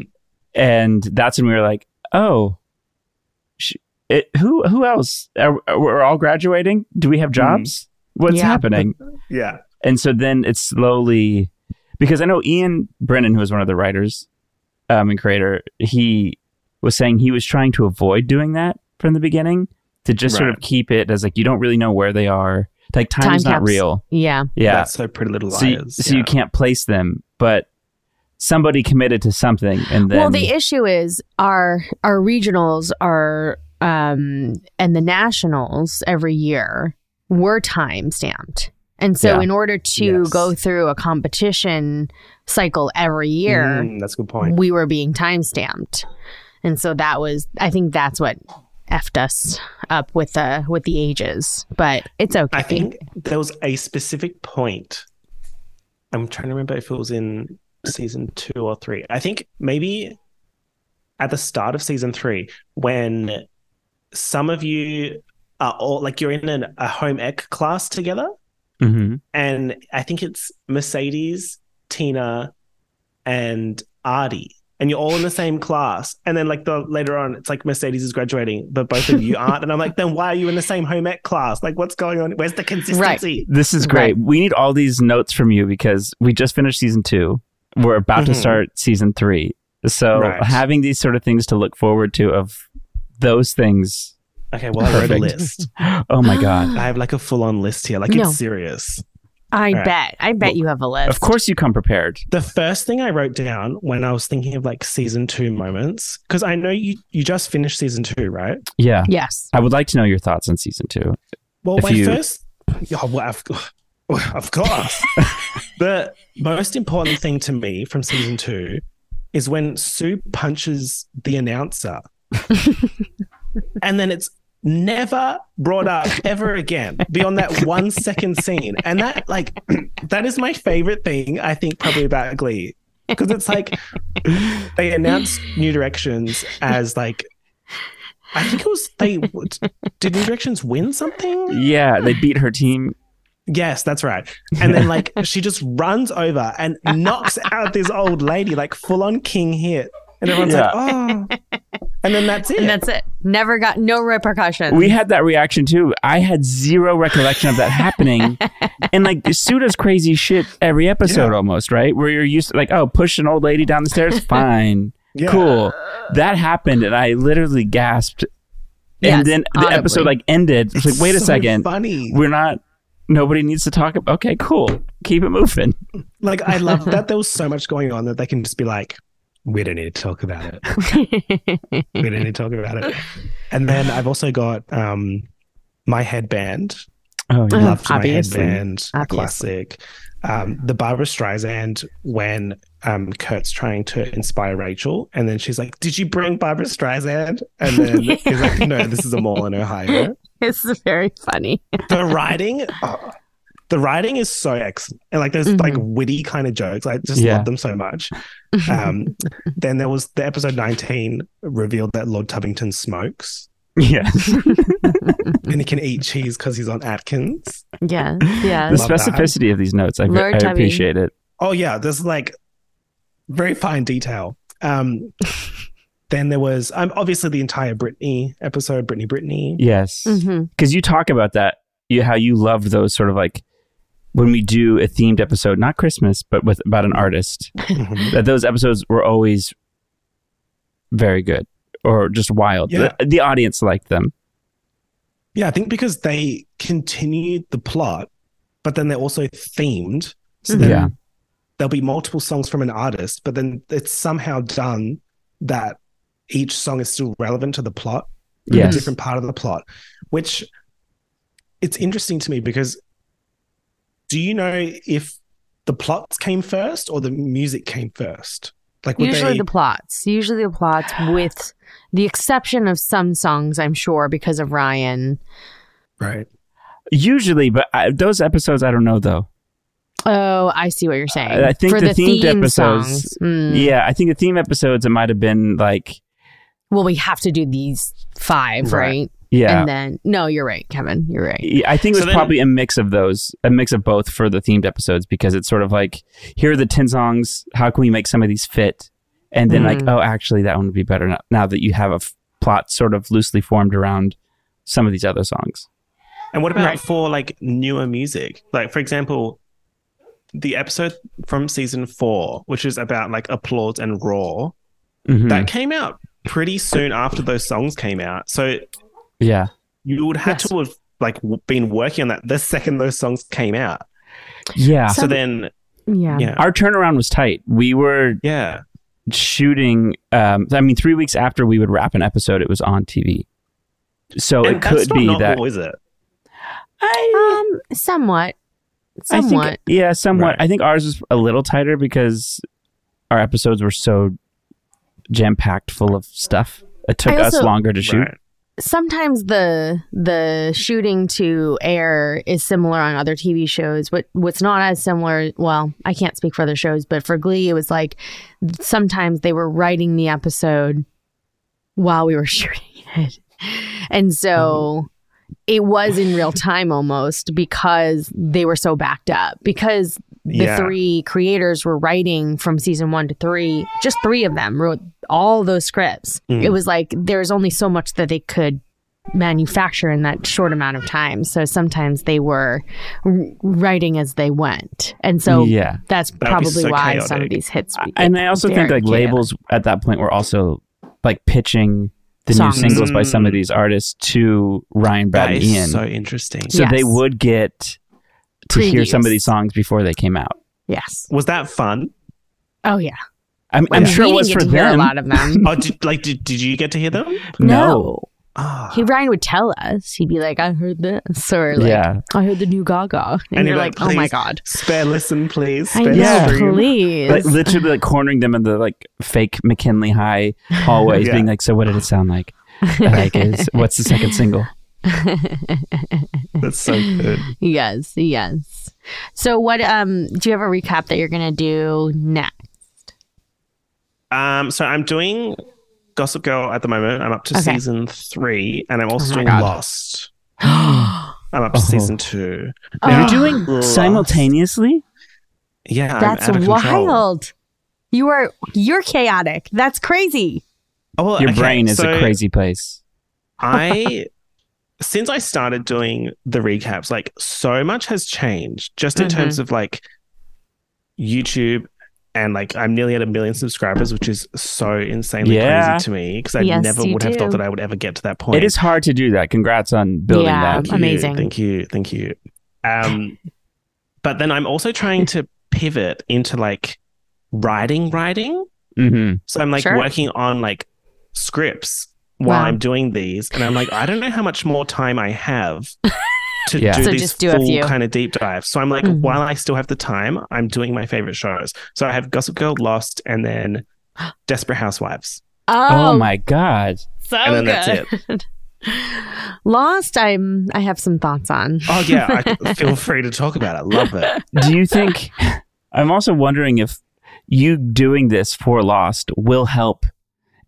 [SPEAKER 3] and that's when we were like oh sh- it, who who else are, are we're all graduating do
[SPEAKER 5] Mm.
[SPEAKER 3] we have jobs what's
[SPEAKER 5] Yeah.
[SPEAKER 3] happening
[SPEAKER 5] Yeah.
[SPEAKER 3] and so then it's slowly because I know Ian Brennan, who was one of the writers um, and creator, he was saying he was trying to avoid doing that from the beginning to just sort of keep it as like you don't really know where they are. Like time,
[SPEAKER 4] Time
[SPEAKER 3] is not
[SPEAKER 4] caps.
[SPEAKER 3] real.
[SPEAKER 4] Yeah.
[SPEAKER 3] Yeah.
[SPEAKER 5] That's so Pretty Little
[SPEAKER 3] So you,
[SPEAKER 5] Liars,
[SPEAKER 3] so you
[SPEAKER 5] yeah.
[SPEAKER 3] can't place them, but somebody committed to something and then
[SPEAKER 4] well, the issue is our our regionals are um and the nationals every year were time stamped. And so
[SPEAKER 5] Yeah.
[SPEAKER 4] in order to go through a competition cycle every year,
[SPEAKER 5] Mm, that's a good point.
[SPEAKER 4] we were being time stamped. And so that was I think that's what effed us up with the with the ages. But it's okay.
[SPEAKER 5] I think there was a specific point. I'm trying to remember if it was in season two or three. I think maybe at the start of season three, when some of you are all like you're in an, a home ec class together,
[SPEAKER 3] Mm-hmm.
[SPEAKER 5] and I think it's Mercedes, Tina, and Artie. And you're all in the same class. And then like the later on, it's like Mercedes is graduating, but both of you aren't. And I'm like, then why are you in the same home ec class? Like what's going on? Where's the consistency?
[SPEAKER 3] This is great. We need all these notes from you because we just finished season two. We're about to
[SPEAKER 5] Mhm.
[SPEAKER 3] start season three. So
[SPEAKER 5] Right.
[SPEAKER 3] having these sort of things to look forward to of those things.
[SPEAKER 5] Okay, well I wrote a
[SPEAKER 3] Perfect.
[SPEAKER 5] list.
[SPEAKER 3] oh my god.
[SPEAKER 5] I have like a full on list here. Like
[SPEAKER 4] No.
[SPEAKER 5] it's serious.
[SPEAKER 4] I
[SPEAKER 5] All right.
[SPEAKER 4] bet. I bet you have a list.
[SPEAKER 3] Of course you come prepared.
[SPEAKER 5] The first thing I wrote down when I was thinking of like season two moments, because I know you you just finished season two, right?
[SPEAKER 3] Yeah.
[SPEAKER 4] Yes.
[SPEAKER 3] I would like to know your thoughts on season two.
[SPEAKER 5] Well,
[SPEAKER 3] If
[SPEAKER 5] my
[SPEAKER 3] you-
[SPEAKER 5] first, yeah, well, of, of course. the most important thing to me from season two is when Sue punches the announcer, and then it's never brought up ever again beyond that one second scene. And that, like, that is my favorite thing I think probably about Glee because it's like they announced New Directions as like. I think it was they did New Directions win something?
[SPEAKER 3] Yeah, they beat her team.
[SPEAKER 5] Yes, that's right. And then like she just runs over and knocks out this old lady, like full on king hit. And everyone's
[SPEAKER 3] Yeah.
[SPEAKER 5] like, oh. And then that's it.
[SPEAKER 4] And that's it. Never got no repercussions.
[SPEAKER 3] We had that reaction too. I had zero recollection of that happening. And like Sue does crazy shit every episode
[SPEAKER 5] Yeah.
[SPEAKER 3] almost, right? Where you're used to like, oh, push an old lady down the stairs, fine.
[SPEAKER 5] Yeah.
[SPEAKER 3] Cool. That happened and I literally gasped.
[SPEAKER 5] Yes,
[SPEAKER 3] and then the
[SPEAKER 5] audibly.
[SPEAKER 3] episode like ended. It's like, wait a
[SPEAKER 5] so
[SPEAKER 3] second.
[SPEAKER 5] funny.
[SPEAKER 3] We're not nobody needs to talk about okay, cool. Keep it moving.
[SPEAKER 5] Like I love that there was so much going on that they can just be like, we don't need to talk about it. we don't need to talk about it. And then I've also got um my headband.
[SPEAKER 3] Oh,
[SPEAKER 4] yeah.
[SPEAKER 5] loved
[SPEAKER 4] Obviously.
[SPEAKER 5] my headband.
[SPEAKER 4] Obviously.
[SPEAKER 5] Classic. Um, the Barbara Streisand when um, Kurt's trying to inspire Rachel, and then she's like, "Did you bring Barbara Streisand?" And then he's like, "No, this is a mall in Ohio."
[SPEAKER 4] This is very funny.
[SPEAKER 5] The writing, oh, the writing is so excellent, and like there's like
[SPEAKER 4] Mm-hmm.
[SPEAKER 5] witty kind of jokes. I just
[SPEAKER 3] Yeah.
[SPEAKER 5] love them so much. Um, then there was the episode 19 revealed that Lord Tubington smokes
[SPEAKER 3] Yeah.
[SPEAKER 5] and he can eat cheese because he's on Atkins.
[SPEAKER 4] Yeah. Yeah.
[SPEAKER 3] The
[SPEAKER 5] Love that.
[SPEAKER 3] specificity of these notes, I,
[SPEAKER 4] Lord
[SPEAKER 3] I
[SPEAKER 4] Tubby.
[SPEAKER 3] appreciate it.
[SPEAKER 5] Oh yeah, there's like very fine detail. Um, then there was um, obviously the entire Britney episode, Britney, Britney.
[SPEAKER 3] Yes.
[SPEAKER 4] Mm-hmm.
[SPEAKER 3] Because
[SPEAKER 5] Mhm.
[SPEAKER 3] you talk about that, you, how you love those sort of like when we do a themed episode, not Christmas, but with about an artist,
[SPEAKER 5] Mm-hmm.
[SPEAKER 3] that those episodes were always very good or just wild.
[SPEAKER 5] Yeah.
[SPEAKER 3] The, the audience liked them.
[SPEAKER 5] Yeah, I think because they continued the plot, but then they're also themed. So then
[SPEAKER 3] Yeah.
[SPEAKER 5] there'll be multiple songs from an artist, but then it's somehow done that each song is still relevant to the plot, from
[SPEAKER 3] Yes.
[SPEAKER 5] a different part of the plot, which it's interesting to me because do you know if the plots came first or the music came first? Like, would
[SPEAKER 4] Usually
[SPEAKER 5] they,
[SPEAKER 4] the plots. Usually the plots, with the exception of some songs, I'm sure, because of Ryan.
[SPEAKER 5] right?
[SPEAKER 3] Usually, but I, those episodes, I don't know though.
[SPEAKER 4] Oh, I see what you're saying.
[SPEAKER 3] I, I think
[SPEAKER 4] For
[SPEAKER 3] the, themed
[SPEAKER 4] theme songs,
[SPEAKER 3] episodes.
[SPEAKER 4] mm,
[SPEAKER 3] Yeah, I think the theme episodes, it might have been like,
[SPEAKER 4] Well, we have to do these five,
[SPEAKER 3] Right.
[SPEAKER 4] right?
[SPEAKER 3] Yeah.
[SPEAKER 4] And then, no, you're right, Kevin. You're right.
[SPEAKER 3] Yeah, I think it was
[SPEAKER 4] So then-
[SPEAKER 3] probably a mix of those, a mix of both for the themed episodes because it's sort of like here are the ten songs. How can we make some of these fit? And then like,
[SPEAKER 5] Mm.
[SPEAKER 4] Mhm.
[SPEAKER 3] oh, actually, that one would be better now, now that you have a f- plot sort of loosely formed around some of these other songs.
[SPEAKER 5] And what about for like newer music? Like for example, the episode from season four, which is about like applause and roar,
[SPEAKER 3] Mhm.
[SPEAKER 4] Mm-hmm.
[SPEAKER 5] that came out pretty soon after those songs came out. So
[SPEAKER 3] Yeah.
[SPEAKER 5] You would have to have like w- been working on that the second those songs came out.
[SPEAKER 3] Yeah.
[SPEAKER 5] So then,
[SPEAKER 4] yeah.
[SPEAKER 5] yeah.
[SPEAKER 3] Our turnaround was tight. We were
[SPEAKER 5] yeah
[SPEAKER 3] shooting. Um, I mean, three weeks after we would wrap an episode, it was on TV. So
[SPEAKER 5] And
[SPEAKER 3] it
[SPEAKER 5] that's
[SPEAKER 3] could
[SPEAKER 5] not
[SPEAKER 3] be
[SPEAKER 5] novel,
[SPEAKER 3] that.
[SPEAKER 5] is it?
[SPEAKER 4] um, somewhat,
[SPEAKER 3] I think-
[SPEAKER 4] somewhat.
[SPEAKER 3] yeah, somewhat. I think ours was a little tighter because our episodes were so jam packed full of stuff. It took
[SPEAKER 4] I
[SPEAKER 3] us
[SPEAKER 4] also-
[SPEAKER 3] longer to shoot.
[SPEAKER 4] Sometimes the the shooting to air is similar on other TV shows. What what's not as similar? Well, I can't speak for other shows, but for Glee, it was like sometimes they were writing the episode while we were shooting it, and so
[SPEAKER 6] Mm-hmm.
[SPEAKER 4] it was in real time almost because they were so backed up because the
[SPEAKER 6] Yeah.
[SPEAKER 4] three creators were writing from season one to three just three of them wrote all those scripts
[SPEAKER 6] Mm.
[SPEAKER 4] it was like there's only so much that they could manufacture in that short amount of time so sometimes they were r- writing as they went and so
[SPEAKER 3] Yeah.
[SPEAKER 4] that's
[SPEAKER 3] That would be
[SPEAKER 4] probably
[SPEAKER 3] so
[SPEAKER 4] why some of
[SPEAKER 3] chaotic.
[SPEAKER 4] these hits
[SPEAKER 3] and I also think
[SPEAKER 4] very
[SPEAKER 3] like
[SPEAKER 4] chaotic.
[SPEAKER 3] labels at that point were also like pitching the
[SPEAKER 4] Songs.
[SPEAKER 3] new singles by some of
[SPEAKER 5] Mm.
[SPEAKER 3] these artists to Ryan, Brad,
[SPEAKER 5] That
[SPEAKER 3] and
[SPEAKER 5] is
[SPEAKER 3] Ian.
[SPEAKER 5] so interesting.
[SPEAKER 3] So they
[SPEAKER 5] Yes.
[SPEAKER 3] would get to hear some of
[SPEAKER 5] Previews.
[SPEAKER 3] these songs before they came out.
[SPEAKER 4] yes
[SPEAKER 5] was that fun?
[SPEAKER 4] oh yeah
[SPEAKER 3] I'm,
[SPEAKER 4] I
[SPEAKER 3] I'm
[SPEAKER 4] mean,
[SPEAKER 3] sure
[SPEAKER 4] we
[SPEAKER 3] it was
[SPEAKER 4] didn't
[SPEAKER 3] for
[SPEAKER 4] get to hear a
[SPEAKER 3] them.
[SPEAKER 4] lot of them.
[SPEAKER 5] oh, did, like did, did you get to hear them?
[SPEAKER 4] No. He Ryan would tell us. He'd be like, "I heard this," or like,
[SPEAKER 5] Yeah.
[SPEAKER 4] "I heard the new Gaga," and, you're like, "Oh my
[SPEAKER 5] "Please,
[SPEAKER 4] god!"
[SPEAKER 5] Spare listen, please.
[SPEAKER 4] I
[SPEAKER 5] Spare
[SPEAKER 4] know,
[SPEAKER 5] stream."
[SPEAKER 4] please.
[SPEAKER 3] Like literally like cornering them in the like fake McKinley High hallways,
[SPEAKER 5] Yeah.
[SPEAKER 3] being like, "So what did it sound like? like is, what's the second single?"
[SPEAKER 5] That's so good.
[SPEAKER 4] Yes, yes. So, what? Um, do you have a recap that you're gonna do next?
[SPEAKER 5] Um, so I'm doing Gossip Girl at the moment. I'm up to
[SPEAKER 4] Okay. Oh
[SPEAKER 5] season three, and I'm also
[SPEAKER 3] my
[SPEAKER 5] doing
[SPEAKER 3] God.
[SPEAKER 5] Lost. I'm up to season two.
[SPEAKER 4] Oh,
[SPEAKER 3] You're Oh. doing
[SPEAKER 5] Lost.
[SPEAKER 3] simultaneously.
[SPEAKER 5] Yeah, I'm
[SPEAKER 4] That's
[SPEAKER 5] out of control.
[SPEAKER 4] wild. You are you're chaotic. That's crazy.
[SPEAKER 5] Oh, well,
[SPEAKER 3] Your
[SPEAKER 5] okay,
[SPEAKER 3] brain is
[SPEAKER 5] so-
[SPEAKER 3] a crazy place.
[SPEAKER 5] I since I started doing the recaps, like so much has changed just in
[SPEAKER 3] Mhm.
[SPEAKER 5] terms of like YouTube and like I'm nearly at a million subscribers, which is so insanely
[SPEAKER 3] Yeah.
[SPEAKER 5] crazy to me because I
[SPEAKER 3] Yes,
[SPEAKER 5] never
[SPEAKER 3] you
[SPEAKER 5] would have thought
[SPEAKER 3] do.
[SPEAKER 5] that I would ever get to that point.
[SPEAKER 3] It is hard to do that. Congrats on building
[SPEAKER 5] Thank
[SPEAKER 3] that.
[SPEAKER 5] you, Thank you. Thank you. Um, but then I'm also trying to pivot into like writing, writing.
[SPEAKER 3] Mm-hmm.
[SPEAKER 5] So I'm like
[SPEAKER 3] Sure.
[SPEAKER 5] working on like scripts while
[SPEAKER 3] Wow.
[SPEAKER 5] I'm doing these, and I'm like, I don't know how much more time I have to
[SPEAKER 3] Yeah.
[SPEAKER 5] do
[SPEAKER 3] So
[SPEAKER 5] these
[SPEAKER 3] just do a
[SPEAKER 5] full
[SPEAKER 3] few.
[SPEAKER 5] kind of deep dive. So I'm like,
[SPEAKER 3] Mhm.
[SPEAKER 5] while I still have the time, I'm doing my favorite shows. So I have Gossip Girl, Lost, and then Desperate Housewives,
[SPEAKER 3] Oh, my god.
[SPEAKER 4] So
[SPEAKER 5] and then that's
[SPEAKER 4] good.
[SPEAKER 5] it.
[SPEAKER 4] Lost. I'm. I have some thoughts on.
[SPEAKER 5] Oh yeah, I feel free to talk about it. I love it.
[SPEAKER 3] Do you think? I'm also wondering if you doing this for Lost will help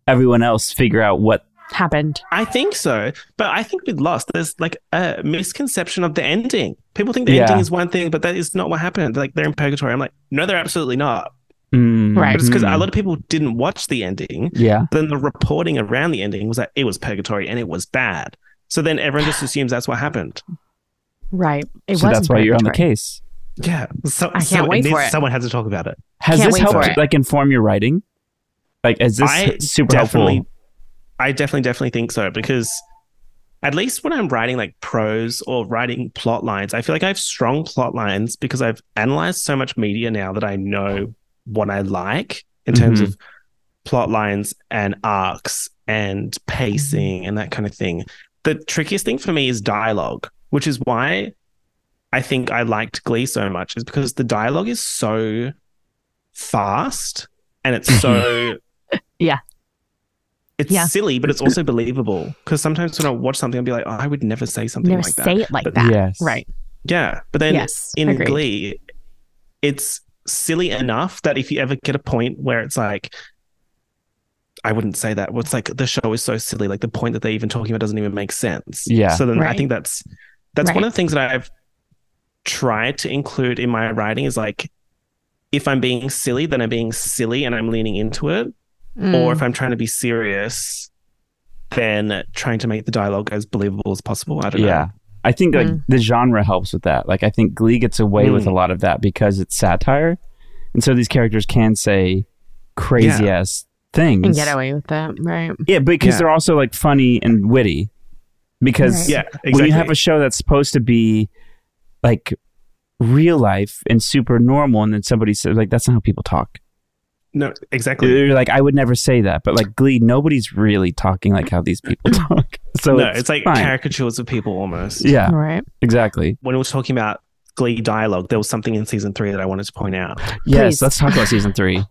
[SPEAKER 3] everyone else figure out what
[SPEAKER 4] happened.
[SPEAKER 5] I think so, but I think with Lost, there's like a misconception of the ending. People think the
[SPEAKER 3] Yeah.
[SPEAKER 5] ending is one thing, but that is not what happened. Like they're in purgatory. I'm like, no, they're absolutely not. But it's because a
[SPEAKER 4] Mm.
[SPEAKER 5] lot of people didn't watch the ending.
[SPEAKER 3] mm-hmm. Yeah.
[SPEAKER 5] Then the reporting around the ending was that it was purgatory and it was bad. So then everyone just assumes that's what happened.
[SPEAKER 4] Right. It
[SPEAKER 3] so
[SPEAKER 4] was
[SPEAKER 3] that's why you're on the
[SPEAKER 4] purgatory.
[SPEAKER 3] case.
[SPEAKER 5] Yeah. So,
[SPEAKER 4] I can't
[SPEAKER 5] so
[SPEAKER 4] wait
[SPEAKER 5] needs-
[SPEAKER 4] for it.
[SPEAKER 5] Someone has to talk about it.
[SPEAKER 3] Has
[SPEAKER 4] Can't
[SPEAKER 3] this
[SPEAKER 4] wait for
[SPEAKER 3] helped
[SPEAKER 4] it.
[SPEAKER 3] like inform your writing? Like, is this
[SPEAKER 5] I
[SPEAKER 3] super
[SPEAKER 5] definitely,
[SPEAKER 3] helpful?
[SPEAKER 5] I definitely, definitely think so because at least when I'm writing like prose or writing plot lines, I feel like I have strong plot lines because I've analyzed so much media now that I know what I like in terms
[SPEAKER 3] Mhm.
[SPEAKER 5] of plot lines and arcs and pacing and that kind of thing. The trickiest thing for me is dialogue, which is why I think I liked Glee so much, is because the dialogue is so fast and it's so
[SPEAKER 4] yeah
[SPEAKER 5] it's
[SPEAKER 4] Yeah.
[SPEAKER 5] silly, but it's also believable. Because sometimes when I watch something, I'll be like, oh, I would never say something
[SPEAKER 4] Never
[SPEAKER 5] like that.
[SPEAKER 4] say it like
[SPEAKER 5] But-
[SPEAKER 4] that. Right.
[SPEAKER 5] Yeah. But then
[SPEAKER 4] Yes,
[SPEAKER 5] in
[SPEAKER 4] agreed.
[SPEAKER 5] Glee, it's silly enough that if you ever get a point where it's like, I wouldn't say that. What's like the show is so silly. Like the point that they're even talking about doesn't even make sense.
[SPEAKER 3] Yeah.
[SPEAKER 5] So then I
[SPEAKER 3] Right.
[SPEAKER 5] think that's that's
[SPEAKER 3] Right.
[SPEAKER 5] one of the things that I've tried to include in my writing is like if I'm being silly, then I'm being silly and I'm leaning into it. Or
[SPEAKER 3] Mm.
[SPEAKER 5] if I'm trying to be serious, then trying to make the dialogue as believable as possible. I don't
[SPEAKER 3] yeah.
[SPEAKER 5] know.
[SPEAKER 3] I think like
[SPEAKER 5] Mm.
[SPEAKER 3] the genre helps with that. Like I think Glee gets away with a
[SPEAKER 5] Mm.
[SPEAKER 3] lot of that because it's satire, and so these characters can say crazy
[SPEAKER 4] Yeah.
[SPEAKER 3] ass things
[SPEAKER 4] and get away with that. Right.
[SPEAKER 3] Yeah, because
[SPEAKER 4] Yeah.
[SPEAKER 3] they're also like funny and witty. because
[SPEAKER 5] Right. Yeah,
[SPEAKER 3] when
[SPEAKER 5] exactly.
[SPEAKER 3] you have a show that's supposed to be like real life and super normal, and then somebody says like that's not how people talk.
[SPEAKER 5] No, exactly.
[SPEAKER 3] You're like I would never say that, but like Glee, nobody's really talking like how these people talk. So
[SPEAKER 5] no, it's, like
[SPEAKER 3] fine.
[SPEAKER 5] caricatures of people almost.
[SPEAKER 3] yeah, exactly.
[SPEAKER 5] When we were talking about Glee dialogue, there was something in season three that I wanted to point out.
[SPEAKER 3] Yes, let's talk about season three.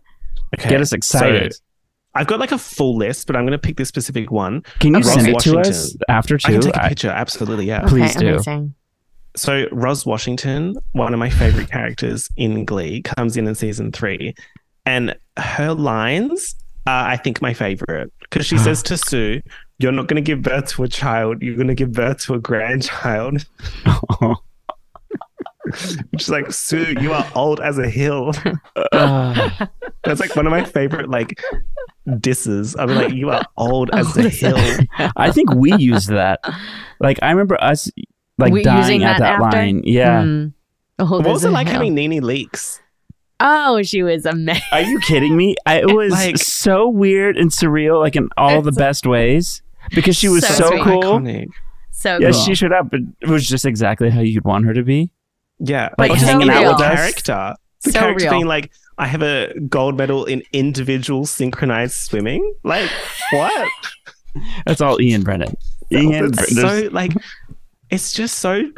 [SPEAKER 3] Get us excited.
[SPEAKER 5] So, I've got like a full list, but I'm going to pick this specific one.
[SPEAKER 3] Can you
[SPEAKER 5] Ross
[SPEAKER 3] send it to us
[SPEAKER 5] Washington.
[SPEAKER 3] after
[SPEAKER 5] I can
[SPEAKER 3] too?
[SPEAKER 5] take a
[SPEAKER 3] I-
[SPEAKER 5] picture, absolutely. Yeah,
[SPEAKER 3] Please Okay, do. amazing.
[SPEAKER 5] So Ros Washington, one of my favorite characters in Glee, comes in in season three, and her lines are, I think, my favorite because she says to Sue, "You're not going to give birth to a child. You're going to give birth to a grandchild." She's like, Sue, you are old as a hill. That's like one of my favorite like disses. I'm like, you are old as a hill.
[SPEAKER 3] I think we used that. Like I remember us like
[SPEAKER 5] We-
[SPEAKER 3] dying
[SPEAKER 5] using that
[SPEAKER 3] at that,
[SPEAKER 5] after?
[SPEAKER 3] line. Yeah.
[SPEAKER 5] Mm.
[SPEAKER 4] Hold
[SPEAKER 5] what was
[SPEAKER 4] as
[SPEAKER 5] it
[SPEAKER 4] a
[SPEAKER 5] like
[SPEAKER 4] hill.
[SPEAKER 5] having Nene leaks?
[SPEAKER 4] Oh, she was amazing.
[SPEAKER 3] Are you kidding me? I, it was
[SPEAKER 5] Like-
[SPEAKER 3] so weird and surreal, like in all the best ways, because she was
[SPEAKER 4] So
[SPEAKER 3] so,
[SPEAKER 4] sweet.
[SPEAKER 3] cool.
[SPEAKER 5] Iconic.
[SPEAKER 4] So
[SPEAKER 3] yeah,
[SPEAKER 4] cool.
[SPEAKER 3] she showed up, but it was just exactly how you'd want her to be.
[SPEAKER 5] Yeah,
[SPEAKER 3] like,
[SPEAKER 5] Or just
[SPEAKER 3] hanging out
[SPEAKER 5] the
[SPEAKER 3] with us.
[SPEAKER 5] character. The
[SPEAKER 4] So
[SPEAKER 5] character
[SPEAKER 4] real.
[SPEAKER 5] being like, I have a gold medal in individual synchronized swimming. Like what?
[SPEAKER 3] That's all Ian Brennan. Ian,
[SPEAKER 5] That's
[SPEAKER 3] Brennan.
[SPEAKER 5] so like, it's just so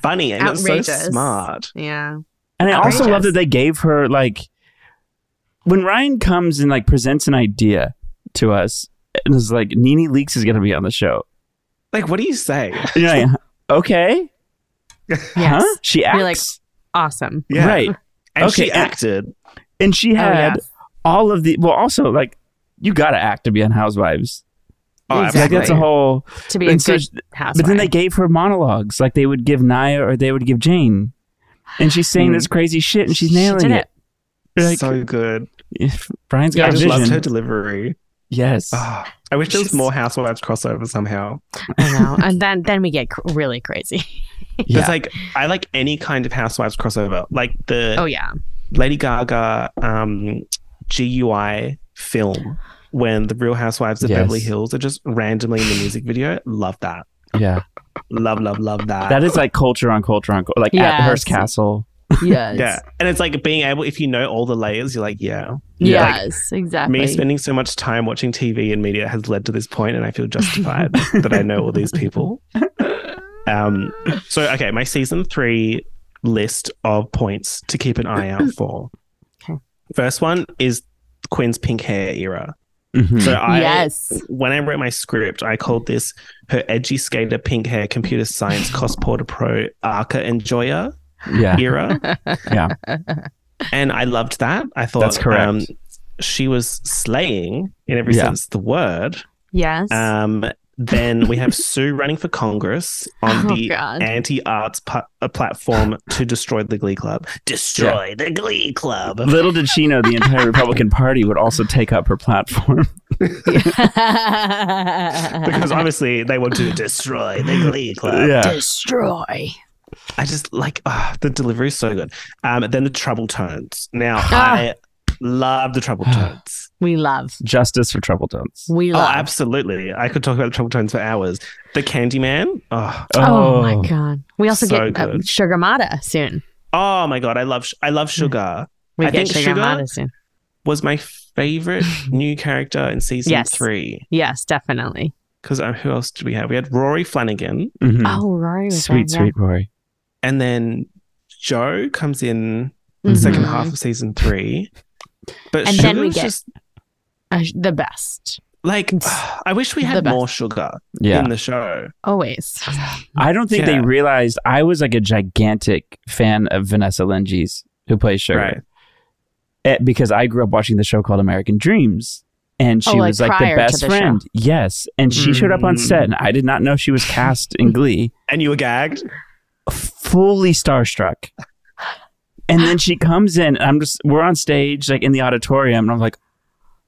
[SPEAKER 5] funny and it's so
[SPEAKER 4] Outrageous.
[SPEAKER 5] smart.
[SPEAKER 4] Yeah.
[SPEAKER 3] and I also love
[SPEAKER 4] Outrageous.
[SPEAKER 3] that they gave her like when Ryan comes and like presents an idea to us, and is like, Nene Leaks is going to be on the show.
[SPEAKER 5] Like, what do you say?
[SPEAKER 3] And you're like, okay,
[SPEAKER 4] Yes.
[SPEAKER 3] Huh? She acts.
[SPEAKER 4] You're like, awesome.
[SPEAKER 3] Right.
[SPEAKER 5] And she
[SPEAKER 3] and-
[SPEAKER 5] acted.
[SPEAKER 3] And she
[SPEAKER 4] Oh,
[SPEAKER 3] had
[SPEAKER 4] yes.
[SPEAKER 3] all of the well also like you gotta act to be on Housewives.
[SPEAKER 5] Oh,
[SPEAKER 3] Like that's a
[SPEAKER 5] absolutely.
[SPEAKER 3] whole
[SPEAKER 4] To be a
[SPEAKER 3] and
[SPEAKER 4] good
[SPEAKER 3] But then they
[SPEAKER 4] housewife.
[SPEAKER 3] gave her monologues, like they would give Naya or they would give Jane. And she's saying this crazy shit and she's nailing
[SPEAKER 4] Hmm. did
[SPEAKER 3] it.
[SPEAKER 5] so good.
[SPEAKER 3] Brian's got
[SPEAKER 5] I
[SPEAKER 3] a
[SPEAKER 5] just loved
[SPEAKER 3] vision.
[SPEAKER 5] her delivery.
[SPEAKER 3] Yes.
[SPEAKER 5] Ah, I wish there was more Housewives crossover somehow.
[SPEAKER 4] I know. And then then we get cr- really crazy.
[SPEAKER 5] It's like I like any kind of Housewives crossover, like the
[SPEAKER 4] Oh yeah.
[SPEAKER 5] Lady Gaga um, GUI film when the Real Housewives of
[SPEAKER 3] Yes.
[SPEAKER 5] Beverly Hills are just randomly in the music video. Love that.
[SPEAKER 3] Yeah.
[SPEAKER 5] Love, love, love that.
[SPEAKER 3] That is like culture on culture on culture, like at the Hearst
[SPEAKER 4] Yes.
[SPEAKER 3] Castle.
[SPEAKER 4] Yes.
[SPEAKER 5] yeah, and it's like being able if you know all the layers, you're like, yeah, Like,
[SPEAKER 4] Yes, exactly.
[SPEAKER 5] me spending so much time watching TV and media has led to this point, and I feel justified that I know all these people. Um, so, okay, my season three list of points to keep an eye out for.
[SPEAKER 4] Okay.
[SPEAKER 5] First one is Quinn's pink hair era.
[SPEAKER 3] Mhm.
[SPEAKER 5] So I,
[SPEAKER 4] Yes.
[SPEAKER 5] when I wrote my script, I called this her edgy skater, pink hair, computer science, cost porter pro, arca enjoyer
[SPEAKER 3] Yeah.
[SPEAKER 5] era
[SPEAKER 3] Yeah.
[SPEAKER 5] and I loved that. I thought um,
[SPEAKER 3] That's correct.
[SPEAKER 5] she was slaying in every
[SPEAKER 3] Yeah.
[SPEAKER 5] sense of the word.
[SPEAKER 4] Yes.
[SPEAKER 5] Um, then we have Sue running for Congress on
[SPEAKER 4] Oh,
[SPEAKER 5] the
[SPEAKER 4] God.
[SPEAKER 5] anti-arts pa- uh, platform to destroy the Glee Club. Destroy the Glee Club.
[SPEAKER 3] Little did she know the entire Republican Party would also take up her platform.
[SPEAKER 5] because obviously they want to destroy the Glee Club.
[SPEAKER 3] Yeah.
[SPEAKER 4] Destroy.
[SPEAKER 5] I just like ah, the delivery is so good. Um, then the trouble tones. Now
[SPEAKER 4] Ah.
[SPEAKER 5] I love the trouble tones.
[SPEAKER 4] We love.
[SPEAKER 3] Justice for Trouble Tones.
[SPEAKER 4] We
[SPEAKER 5] Oh,
[SPEAKER 4] love.
[SPEAKER 5] absolutely. I could talk about the trouble tones for hours. The Candyman. Oh,
[SPEAKER 4] Oh, my god. We also
[SPEAKER 5] So
[SPEAKER 4] get uh,
[SPEAKER 5] good.
[SPEAKER 4] Sugar Mata soon.
[SPEAKER 5] Oh my god, I love I love Sugar.
[SPEAKER 4] We
[SPEAKER 5] I
[SPEAKER 4] get
[SPEAKER 5] think
[SPEAKER 4] Sugar, Mata
[SPEAKER 5] Sugar
[SPEAKER 4] soon.
[SPEAKER 5] was my favorite new character in season
[SPEAKER 4] Yes.
[SPEAKER 5] three.
[SPEAKER 4] Yes, definitely.
[SPEAKER 5] Because um, who else did we have? We had Rory Flanagan,
[SPEAKER 4] Oh, Rory was
[SPEAKER 3] Sweet,
[SPEAKER 4] there, yeah.
[SPEAKER 3] sweet Rory.
[SPEAKER 5] and then Joe comes in the
[SPEAKER 4] Mhm.
[SPEAKER 5] second half of season three. But
[SPEAKER 4] And
[SPEAKER 5] Sugar
[SPEAKER 4] then we
[SPEAKER 5] was
[SPEAKER 4] get
[SPEAKER 5] just
[SPEAKER 4] uh, the best.
[SPEAKER 5] like I wish we
[SPEAKER 4] The
[SPEAKER 5] had
[SPEAKER 4] best.
[SPEAKER 5] more Sugar
[SPEAKER 3] Yeah.
[SPEAKER 5] in the show.
[SPEAKER 4] Always.
[SPEAKER 3] I don't think they
[SPEAKER 5] Yeah.
[SPEAKER 3] realized I was like a gigantic fan of Vanessa Lenges, who plays Sugar,
[SPEAKER 5] Right.
[SPEAKER 3] Eh, because I grew up watching the show called American Dreams, and she
[SPEAKER 4] Oh, like
[SPEAKER 3] was like the
[SPEAKER 4] prior to
[SPEAKER 3] best
[SPEAKER 4] the
[SPEAKER 3] friend.
[SPEAKER 4] show.
[SPEAKER 3] Yes, and she showed up on set,
[SPEAKER 5] Mm.
[SPEAKER 3] and I did not know she was cast in Glee,
[SPEAKER 5] And you were gagged?
[SPEAKER 3] fully starstruck. And then she comes in, and I'm just we're on stage, like in the auditorium, and I'm like,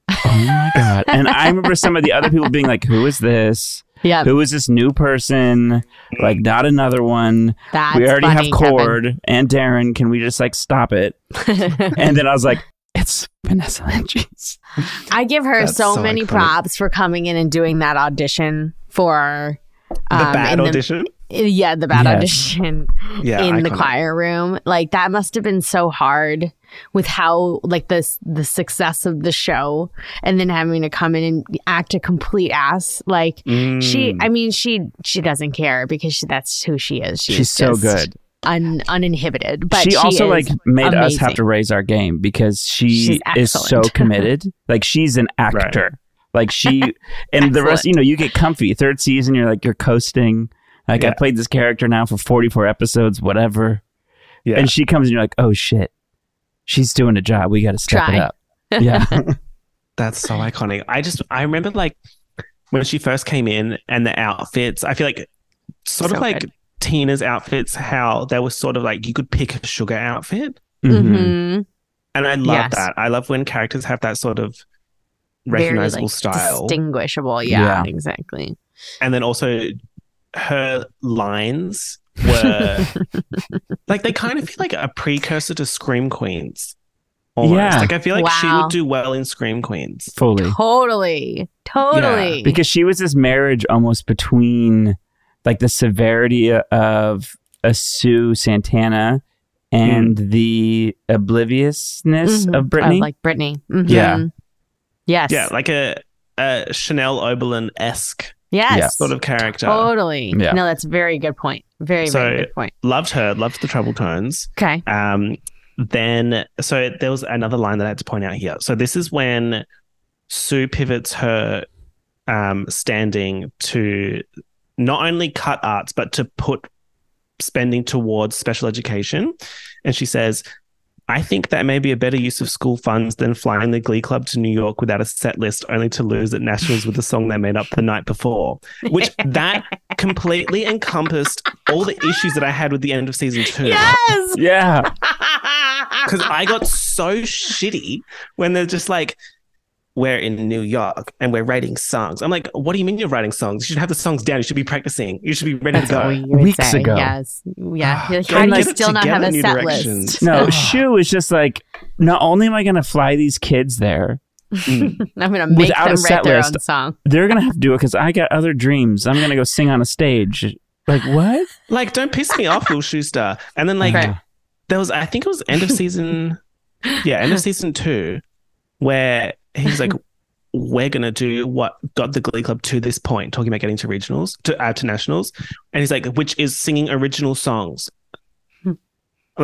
[SPEAKER 3] oh my god! And I remember some of the other people being like, "Who is this?
[SPEAKER 4] Yeah.
[SPEAKER 3] Who is this new person? Like, not another one."
[SPEAKER 4] That's
[SPEAKER 3] we already
[SPEAKER 4] funny,
[SPEAKER 3] have Cord and Darren. Can we just like stop it? and then I was like, it's Vanessa Hudgens.
[SPEAKER 4] I give her
[SPEAKER 3] That's
[SPEAKER 4] so,
[SPEAKER 3] so
[SPEAKER 4] many
[SPEAKER 3] iconic.
[SPEAKER 4] props for coming Um, in and doing that audition for
[SPEAKER 5] The bad audition?
[SPEAKER 4] Yeah, the bad
[SPEAKER 5] Yes.
[SPEAKER 4] audition
[SPEAKER 5] Yeah,
[SPEAKER 4] in the
[SPEAKER 5] iconic.
[SPEAKER 4] choir room. Like that must have been so hard with how like this the success of the show and then having to come in and act a complete ass. Like she
[SPEAKER 3] Mm.
[SPEAKER 4] I mean she she doesn't care because she, that's who she is. She's,
[SPEAKER 3] She's so
[SPEAKER 4] just
[SPEAKER 3] good.
[SPEAKER 4] Un, uninhibited. But
[SPEAKER 3] she, also
[SPEAKER 4] is
[SPEAKER 3] like made us have
[SPEAKER 4] amazing.
[SPEAKER 3] to raise our game because
[SPEAKER 4] She's
[SPEAKER 3] she is so
[SPEAKER 4] excellent.
[SPEAKER 3] committed. like she's an actor. Like she and the rest, you know, you get comfy. Third season, you're like you're coasting. Like I played this character now for 44 episodes, whatever.
[SPEAKER 5] Yeah.
[SPEAKER 3] And she comes and you're like, oh shit, she's doing a job. We got to step
[SPEAKER 5] Try.
[SPEAKER 3] it up. Yeah. Mm-hmm.
[SPEAKER 5] That's so iconic. I just I remember like when she first came in and the outfits. I feel like sort
[SPEAKER 3] So
[SPEAKER 5] of like
[SPEAKER 3] good.
[SPEAKER 5] Tina's outfits, how they were sort of like you could pick a sugar outfit,
[SPEAKER 3] Mm-hmm.
[SPEAKER 4] Mhm.
[SPEAKER 5] and I love
[SPEAKER 4] Yes.
[SPEAKER 5] that. I love when characters have that sort of
[SPEAKER 4] Very,
[SPEAKER 5] recognizable
[SPEAKER 4] like,
[SPEAKER 5] style,
[SPEAKER 4] Distinguishable, yeah, exactly.
[SPEAKER 5] And then also her lines were like they kind of feel like a precursor to Scream Queens. Almost.
[SPEAKER 3] Yeah.
[SPEAKER 5] Like I feel like she
[SPEAKER 4] Wow.
[SPEAKER 5] would do well in Scream Queens.
[SPEAKER 3] Fully.
[SPEAKER 4] Totally. Totally.
[SPEAKER 3] because she was this marriage almost between like the severity of a Sue Santana and the obliviousness
[SPEAKER 4] Mhm.
[SPEAKER 3] of Britney.
[SPEAKER 4] Mm. like Britney. Mhm.
[SPEAKER 3] Yeah.
[SPEAKER 4] Yes.
[SPEAKER 5] Yeah, like a, a Chanel Oberlin esque
[SPEAKER 4] Yes. Oh. Yeah.
[SPEAKER 5] sort of character.
[SPEAKER 4] Totally.
[SPEAKER 5] Yeah.
[SPEAKER 4] No, that's a very good point. Very, very
[SPEAKER 5] so
[SPEAKER 4] good point.
[SPEAKER 5] loved her, loved the trouble tones.
[SPEAKER 4] Okay.
[SPEAKER 5] Um, then so there was another line that I had to point out here. So this is when Sue pivots her um standing to not only cut arts but to put spending towards special education, and she says. I think that may be a better use of school funds than flying the Glee Club to New York without a set list, only to lose at nationals with the song they made up the night before. Which that completely encompassed all the issues that I had with the end of season two.
[SPEAKER 4] Yes.
[SPEAKER 3] Yeah.
[SPEAKER 5] Because I got so shitty when they're just like, we're in New York and we're writing songs. I'm like, what do you mean you're writing songs? You should have the songs down. You should be practicing. You should be ready
[SPEAKER 4] That's
[SPEAKER 5] to go.
[SPEAKER 4] what we would say. Yes. Yeah. You're like, How do
[SPEAKER 5] And
[SPEAKER 4] you
[SPEAKER 5] Ah, like-
[SPEAKER 4] still not have
[SPEAKER 5] together,
[SPEAKER 4] a
[SPEAKER 5] New
[SPEAKER 4] set
[SPEAKER 5] Directions.
[SPEAKER 4] list?
[SPEAKER 3] No, Shu is just like, not only am I going to fly these kids there
[SPEAKER 5] Mm.
[SPEAKER 4] I'm gonna make
[SPEAKER 3] without
[SPEAKER 4] them
[SPEAKER 3] a
[SPEAKER 4] write
[SPEAKER 3] set
[SPEAKER 4] their
[SPEAKER 3] list,
[SPEAKER 4] own song.
[SPEAKER 3] they're going to have to do it because I got other dreams. I'm going to go sing on a stage. Like, what?
[SPEAKER 5] Like, don't piss me off, Will Schuster. And then, like, there was, I think it was end of season, yeah, end of season two, where he's like, we're going to do what got the Glee Club to this point, talking about getting to regionals, to, uh, to nationals. And he's like, which is singing original songs. I'm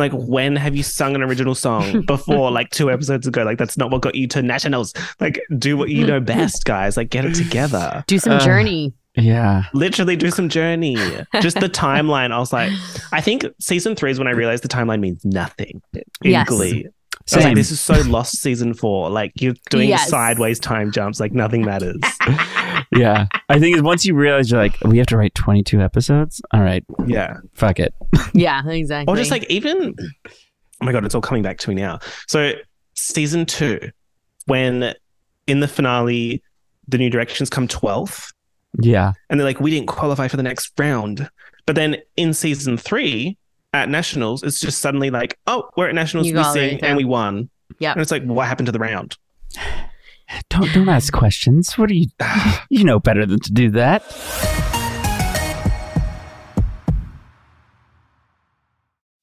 [SPEAKER 5] Like, when have you sung an original song before, like two episodes ago? Like, that's not what got you to nationals. Like, do what you know best, guys. Like, get it together.
[SPEAKER 4] Do some journey.
[SPEAKER 3] Uh, Yeah.
[SPEAKER 5] Literally do some journey. Just the timeline. I was like, I think season three is when I realized the timeline means nothing in
[SPEAKER 4] Yes.
[SPEAKER 5] Glee. I was
[SPEAKER 3] Same.
[SPEAKER 5] like, this is so lost season four. Like you're doing
[SPEAKER 3] Yes.
[SPEAKER 5] sideways time jumps, like nothing matters.
[SPEAKER 3] Yeah. I think once you realize you're like, we have to write 22 episodes. All right.
[SPEAKER 5] Yeah.
[SPEAKER 3] Fuck it.
[SPEAKER 4] Yeah, exactly.
[SPEAKER 5] Or just like even oh my god, it's all coming back to me now. So season two, when in the finale, the new directions come twelfth,
[SPEAKER 3] Yeah.
[SPEAKER 5] and they're like, we didn't qualify for the next round. But then in season three at nationals, it's just suddenly like, oh, we're at nationals,
[SPEAKER 4] You
[SPEAKER 5] we
[SPEAKER 4] got it,
[SPEAKER 5] sing
[SPEAKER 4] yeah.
[SPEAKER 5] and we won.
[SPEAKER 4] Yeah.
[SPEAKER 5] and it's like, what happened to the round?
[SPEAKER 3] Don't don't ask questions. What are you? You know better than to do that.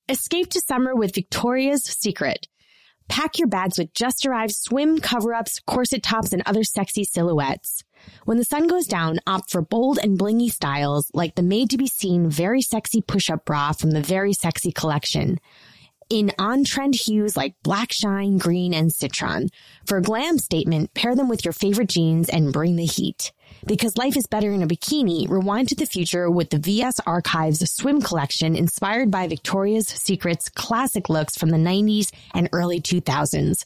[SPEAKER 2] Escape to summer with Victoria's Secret. Pack your bags with just arrived swim cover ups, corset tops, and other sexy silhouettes. When the sun goes down, opt for bold and blingy styles like the made to be seen very sexy push up bra from the Very Sexy collection. In on trend hues like black shine, green, and citron. For a glam statement, pair them with your favorite jeans and bring the heat. Because life is better in a bikini, rewind to the future with the VS Archives swim collection inspired by Victoria's Secret's classic looks from the 90s and early 2000s.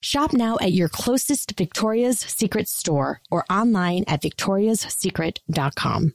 [SPEAKER 2] Shop now at your closest Victoria's Secret store or online at victoriassecret.com.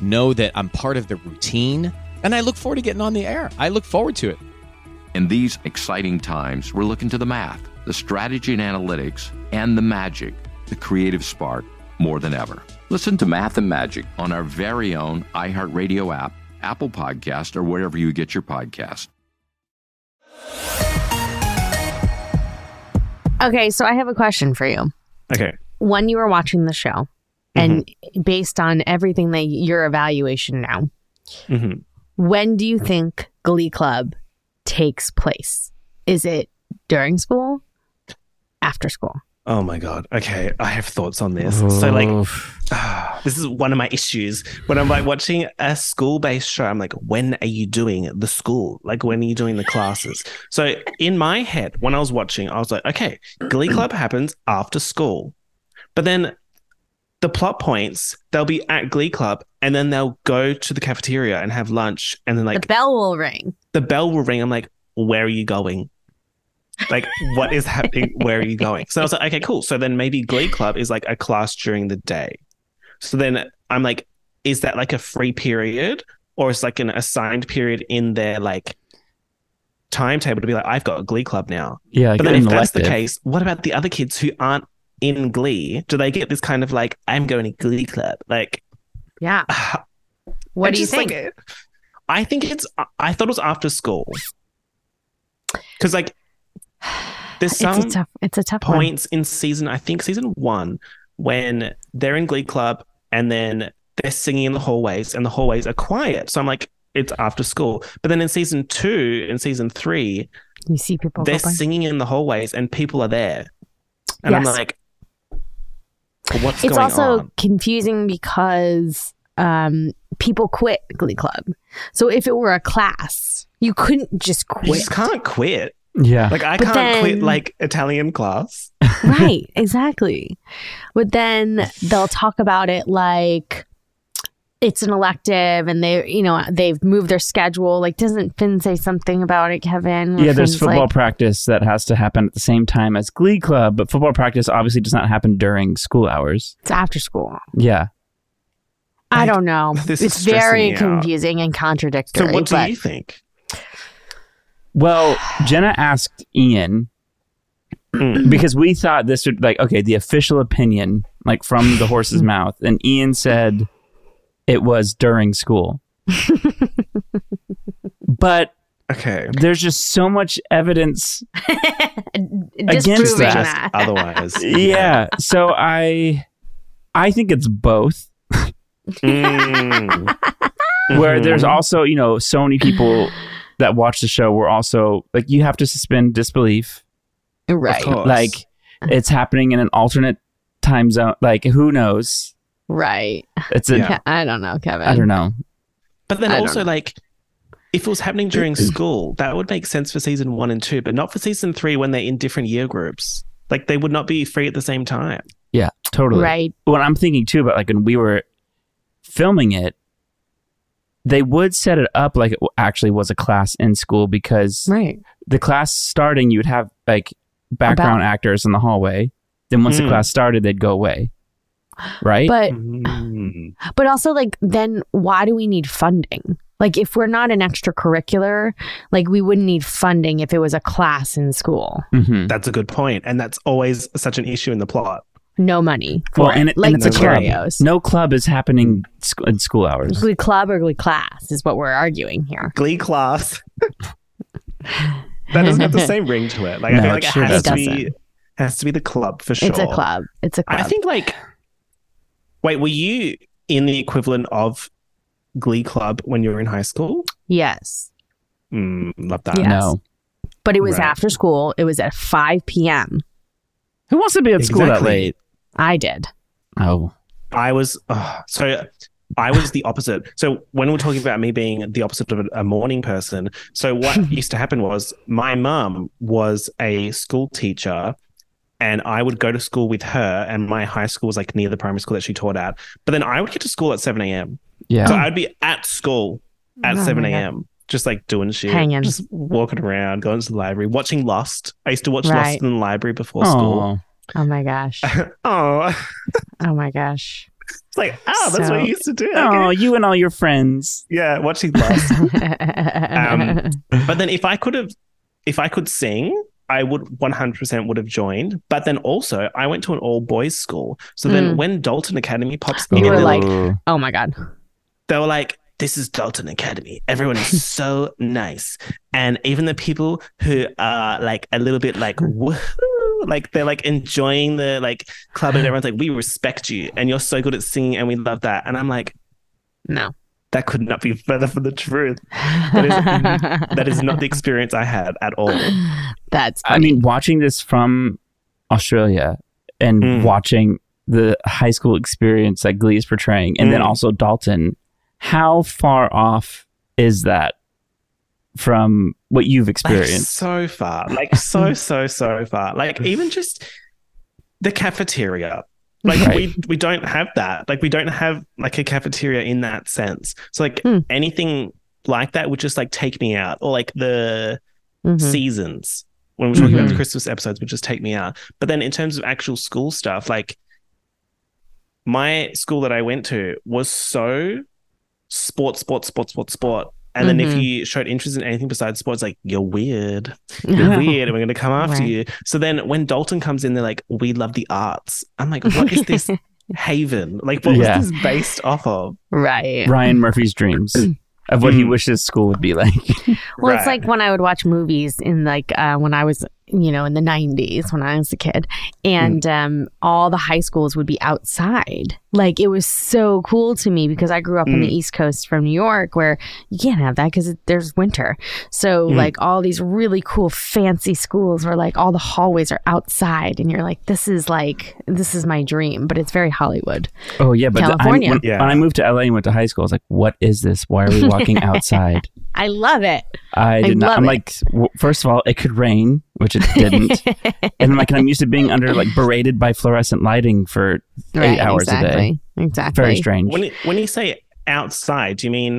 [SPEAKER 7] know that I'm part of the routine, and I look forward to getting on the air. I look forward to it.
[SPEAKER 8] In these exciting times, we're looking to the math, the strategy and analytics, and the magic, the creative spark, more than ever. Listen to Math and Magic on our very own iHeartRadio app, Apple Podcast, or wherever you get your podcast.
[SPEAKER 4] Okay, so I have a question for you.
[SPEAKER 5] Okay.
[SPEAKER 4] When you were watching the show, and
[SPEAKER 6] Mm-hmm.
[SPEAKER 4] based on everything that your evaluation now,
[SPEAKER 5] Mm-hmm.
[SPEAKER 4] when do you think Glee Club takes place? Is it during school, after school?
[SPEAKER 5] Oh my god. Okay, I have thoughts on this. So like this is one of my issues when I'm like watching a school-based show. I'm like, when are you doing the school? Like, when are you doing the classes? So in my head, when I was watching, I was like, okay, Glee Club happens after school, but then the plot points they'll be at Glee Club and then they'll go to the cafeteria and have lunch, and then like
[SPEAKER 4] the bell will ring.
[SPEAKER 5] the bell will ring. I'm like, where are you going? Like, what is happening? Where are you going? So I was like, okay, cool. So then maybe Glee Club is like a class during the day. So then I'm like, is that like a free period or is like an assigned period in their like timetable to be like, I've got a Glee Club now?
[SPEAKER 3] Yeah, like
[SPEAKER 5] but then
[SPEAKER 3] an
[SPEAKER 5] if that's the
[SPEAKER 3] elective.
[SPEAKER 5] case, what about the other kids who aren't in Glee? Do they get this kind of like, I'm going to Glee Club? Like,
[SPEAKER 4] Yeah. What
[SPEAKER 5] I
[SPEAKER 4] do you
[SPEAKER 5] just, like,
[SPEAKER 4] think?
[SPEAKER 5] I think it's. I thought it was after school. Because like, there's some
[SPEAKER 4] it's a tough. It's a tough point.
[SPEAKER 5] points in season. I think season one when they're in Glee Club and then they're singing in the hallways and the hallways are quiet. So I'm like, it's after school. But then in season two and season three,
[SPEAKER 4] You see people.
[SPEAKER 5] they're
[SPEAKER 4] go by.
[SPEAKER 5] singing in the hallways and people are there, and I'm
[SPEAKER 4] Yes.
[SPEAKER 5] like, what's
[SPEAKER 4] it's
[SPEAKER 5] going
[SPEAKER 4] also
[SPEAKER 5] on?
[SPEAKER 4] confusing because um, people quit Glee Club. So if it were a class, you couldn't just quit.
[SPEAKER 5] You just can't quit.
[SPEAKER 3] Yeah.
[SPEAKER 5] Like I
[SPEAKER 4] But
[SPEAKER 5] can't quit
[SPEAKER 4] then-
[SPEAKER 5] like Italian class.
[SPEAKER 4] right exactly but then they'll talk about it like it's an elective and they you know they've moved their schedule like doesn't finn say something about it kevin Where
[SPEAKER 3] Yeah, there's
[SPEAKER 4] Finn's
[SPEAKER 3] football
[SPEAKER 4] like,
[SPEAKER 3] practice that has to happen at the same time as Glee Club, but football practice obviously does not happen during school hours.
[SPEAKER 4] it's after school
[SPEAKER 3] Yeah.
[SPEAKER 4] i don't know
[SPEAKER 5] this is
[SPEAKER 4] it's very
[SPEAKER 5] stressing me out.
[SPEAKER 4] confusing and
[SPEAKER 5] So
[SPEAKER 4] contradictory
[SPEAKER 5] what do
[SPEAKER 4] but
[SPEAKER 5] you think?
[SPEAKER 3] Well, Jenna asked Ian because we thought this would like okay, the official opinion like from the horse's mouth, and Ian said it was during school. but
[SPEAKER 5] Okay.
[SPEAKER 3] there's just so much evidence
[SPEAKER 4] disproving
[SPEAKER 3] that.
[SPEAKER 5] Just
[SPEAKER 4] that
[SPEAKER 5] otherwise.
[SPEAKER 3] yeah so i i think it's both
[SPEAKER 5] Mm.
[SPEAKER 3] where
[SPEAKER 5] Mhm.
[SPEAKER 3] there's also you know so many people that watch the show were also like you have to suspend disbelief
[SPEAKER 4] right
[SPEAKER 5] course.
[SPEAKER 3] like it's happening in an alternate time zone like who knows
[SPEAKER 4] right
[SPEAKER 3] it's a
[SPEAKER 5] Yeah.
[SPEAKER 4] Ke- i don't know kevin
[SPEAKER 3] i don't know
[SPEAKER 5] But then
[SPEAKER 4] I don't
[SPEAKER 5] also,
[SPEAKER 4] know.
[SPEAKER 5] like, if it was happening during school, that would make sense for season one and two, but not for season three when they're in different year groups. Like, they would not be free at the same time.
[SPEAKER 3] yeah totally
[SPEAKER 4] right
[SPEAKER 3] what i'm thinking too about like when we were filming it they would set it up like it w- actually was a class in school because
[SPEAKER 4] right
[SPEAKER 3] the class starting, you would have like background
[SPEAKER 4] About-
[SPEAKER 3] actors in the hallway. Then once
[SPEAKER 5] Mm.
[SPEAKER 3] the class started, they'd go away. Right?
[SPEAKER 4] but
[SPEAKER 5] Mm.
[SPEAKER 4] But also, like, then why do we need funding? Like, if we're not an extracurricular, like, we wouldn't need funding if it was a class in school.
[SPEAKER 3] Mhm.
[SPEAKER 5] That's a good point, And that's always such an issue in the plot.
[SPEAKER 4] no money for
[SPEAKER 3] Well, and,
[SPEAKER 4] it,
[SPEAKER 3] it,
[SPEAKER 4] like
[SPEAKER 3] and it's a club.
[SPEAKER 4] Cheerios.
[SPEAKER 3] No club is happening sc- in school hours.
[SPEAKER 4] Glee club or glee class is what we're arguing here.
[SPEAKER 5] Glee class. That doesn't have the same ring to it. Like
[SPEAKER 3] No,
[SPEAKER 5] I feel
[SPEAKER 3] it
[SPEAKER 5] like it
[SPEAKER 3] sure
[SPEAKER 5] has to
[SPEAKER 4] doesn't.
[SPEAKER 5] be has to be the club for sure.
[SPEAKER 4] It's a club. It's a club.
[SPEAKER 5] I think like wait, were you in the equivalent of Glee Club when you were in high school?
[SPEAKER 4] yes.
[SPEAKER 5] Mm, love that.
[SPEAKER 4] Yes.
[SPEAKER 3] No.
[SPEAKER 4] But it was
[SPEAKER 5] Right.
[SPEAKER 4] after school. It was at 5 p.m.
[SPEAKER 3] Who wants to be at school that
[SPEAKER 5] Exactly.
[SPEAKER 3] late?
[SPEAKER 4] I did.
[SPEAKER 3] Oh,
[SPEAKER 5] I was ugh, so I was the opposite. So when we're talking about me being the opposite of a, a morning person, so what used to happen was my mum was a school teacher. And I would go to school with her, and my high school was like near the primary school that she taught at. But then I would get to school at 7 a.m.
[SPEAKER 3] yeah.
[SPEAKER 5] So I'd be at school at
[SPEAKER 4] Oh my
[SPEAKER 5] 7
[SPEAKER 4] God.
[SPEAKER 5] a.m., just like doing shit,
[SPEAKER 4] Hanging.
[SPEAKER 5] just walking around, going to the library, watching Lost. I used to watch
[SPEAKER 4] Right.
[SPEAKER 5] Lost in the library before
[SPEAKER 3] Oh,
[SPEAKER 4] Oh my gosh.
[SPEAKER 5] school. Oh,
[SPEAKER 4] Oh my gosh.
[SPEAKER 5] it's like, oh, that's
[SPEAKER 4] So-
[SPEAKER 5] what you used to do.
[SPEAKER 3] oh,
[SPEAKER 5] okay.
[SPEAKER 3] you and all your friends.
[SPEAKER 5] Yeah, watching Lost.
[SPEAKER 4] um,
[SPEAKER 5] but then if I could have, if I could sing, I would 100% would have joined. But then also, I went to an all boys school. So then
[SPEAKER 4] Mm.
[SPEAKER 5] when Dalton Academy pops
[SPEAKER 4] You
[SPEAKER 5] in,
[SPEAKER 4] were
[SPEAKER 5] they're
[SPEAKER 4] like-
[SPEAKER 3] Ooh.
[SPEAKER 4] oh my god.
[SPEAKER 5] they were like, this is Dalton Academy. Everyone is so nice. And even the people who are like a little bit like, woohoo, like they're like enjoying the like club and everyone's like, we respect you and you're so good at singing and we love that. And I'm like,
[SPEAKER 4] No.
[SPEAKER 5] that could not be further from the truth. That is, that is not the experience I had at all.
[SPEAKER 4] That's
[SPEAKER 3] I mean, watching this from Australia and
[SPEAKER 5] Mm.
[SPEAKER 3] watching the high school experience that Glee is portraying, and then
[SPEAKER 5] Mm.
[SPEAKER 3] also Dalton, how far off is that from what you've
[SPEAKER 5] Like,
[SPEAKER 3] experienced?
[SPEAKER 5] so far. Like so, so, so far. Like even just the cafeteria. Like
[SPEAKER 3] Right.
[SPEAKER 5] we we don't have that. Like we don't have like a cafeteria in that sense. So like
[SPEAKER 4] Hmm.
[SPEAKER 5] anything like that would just like take me out. Or like the
[SPEAKER 4] Mhm.
[SPEAKER 5] seasons. When we're talking about
[SPEAKER 4] Mm-hmm.
[SPEAKER 3] Mhm.
[SPEAKER 5] the Christmas episodes would just take me out. But then in terms of actual school stuff, like my school that I went to was so sport, sport, sport, sport, sport. And then if
[SPEAKER 4] Mhm.
[SPEAKER 5] you showed interest in anything besides sports, like you're weird,
[SPEAKER 4] Mm-hmm.
[SPEAKER 5] you're weird, and we're going to come after
[SPEAKER 4] Right.
[SPEAKER 5] you. So then when Dalton comes in, they're like, we love the arts. I'm like, what is this haven? Like, what
[SPEAKER 3] Yeah.
[SPEAKER 5] was this based off of?
[SPEAKER 4] right.
[SPEAKER 3] Ryan Murphy's dreams of what he
[SPEAKER 5] Mm.
[SPEAKER 3] wishes school would be like.
[SPEAKER 4] Well, it's
[SPEAKER 5] Right.
[SPEAKER 4] like when I would watch movies in like uh, when I was, you know, in the 90s when I was a kid, and
[SPEAKER 3] Mm.
[SPEAKER 4] um, all the high schools would be outside. Like it was so cool to me because I grew up on
[SPEAKER 3] Mm.
[SPEAKER 4] the East Coast from New York where you can't have that because there's winter. So,
[SPEAKER 5] Mm.
[SPEAKER 4] like all these really cool, fancy schools where like all the hallways are outside, and you're like, this is like, this is my dream, but it's very Hollywood.
[SPEAKER 3] Oh yeah, but the- I-
[SPEAKER 4] California.
[SPEAKER 3] when,
[SPEAKER 5] Yeah.
[SPEAKER 3] when I moved to LA and went to high school, I was like, "What is this? Why are we walking outside?"
[SPEAKER 4] I love it.
[SPEAKER 3] I did not.
[SPEAKER 4] love
[SPEAKER 3] I'm
[SPEAKER 4] it.
[SPEAKER 3] like, w- first of all, it could rain, which it didn't, and I'm like, I'm used to being under like berated by fluorescent lighting for eight
[SPEAKER 4] Right,
[SPEAKER 3] hours a day.
[SPEAKER 4] exactly. Exactly.
[SPEAKER 3] Very strange.
[SPEAKER 5] When, you- when you say outside, do you mean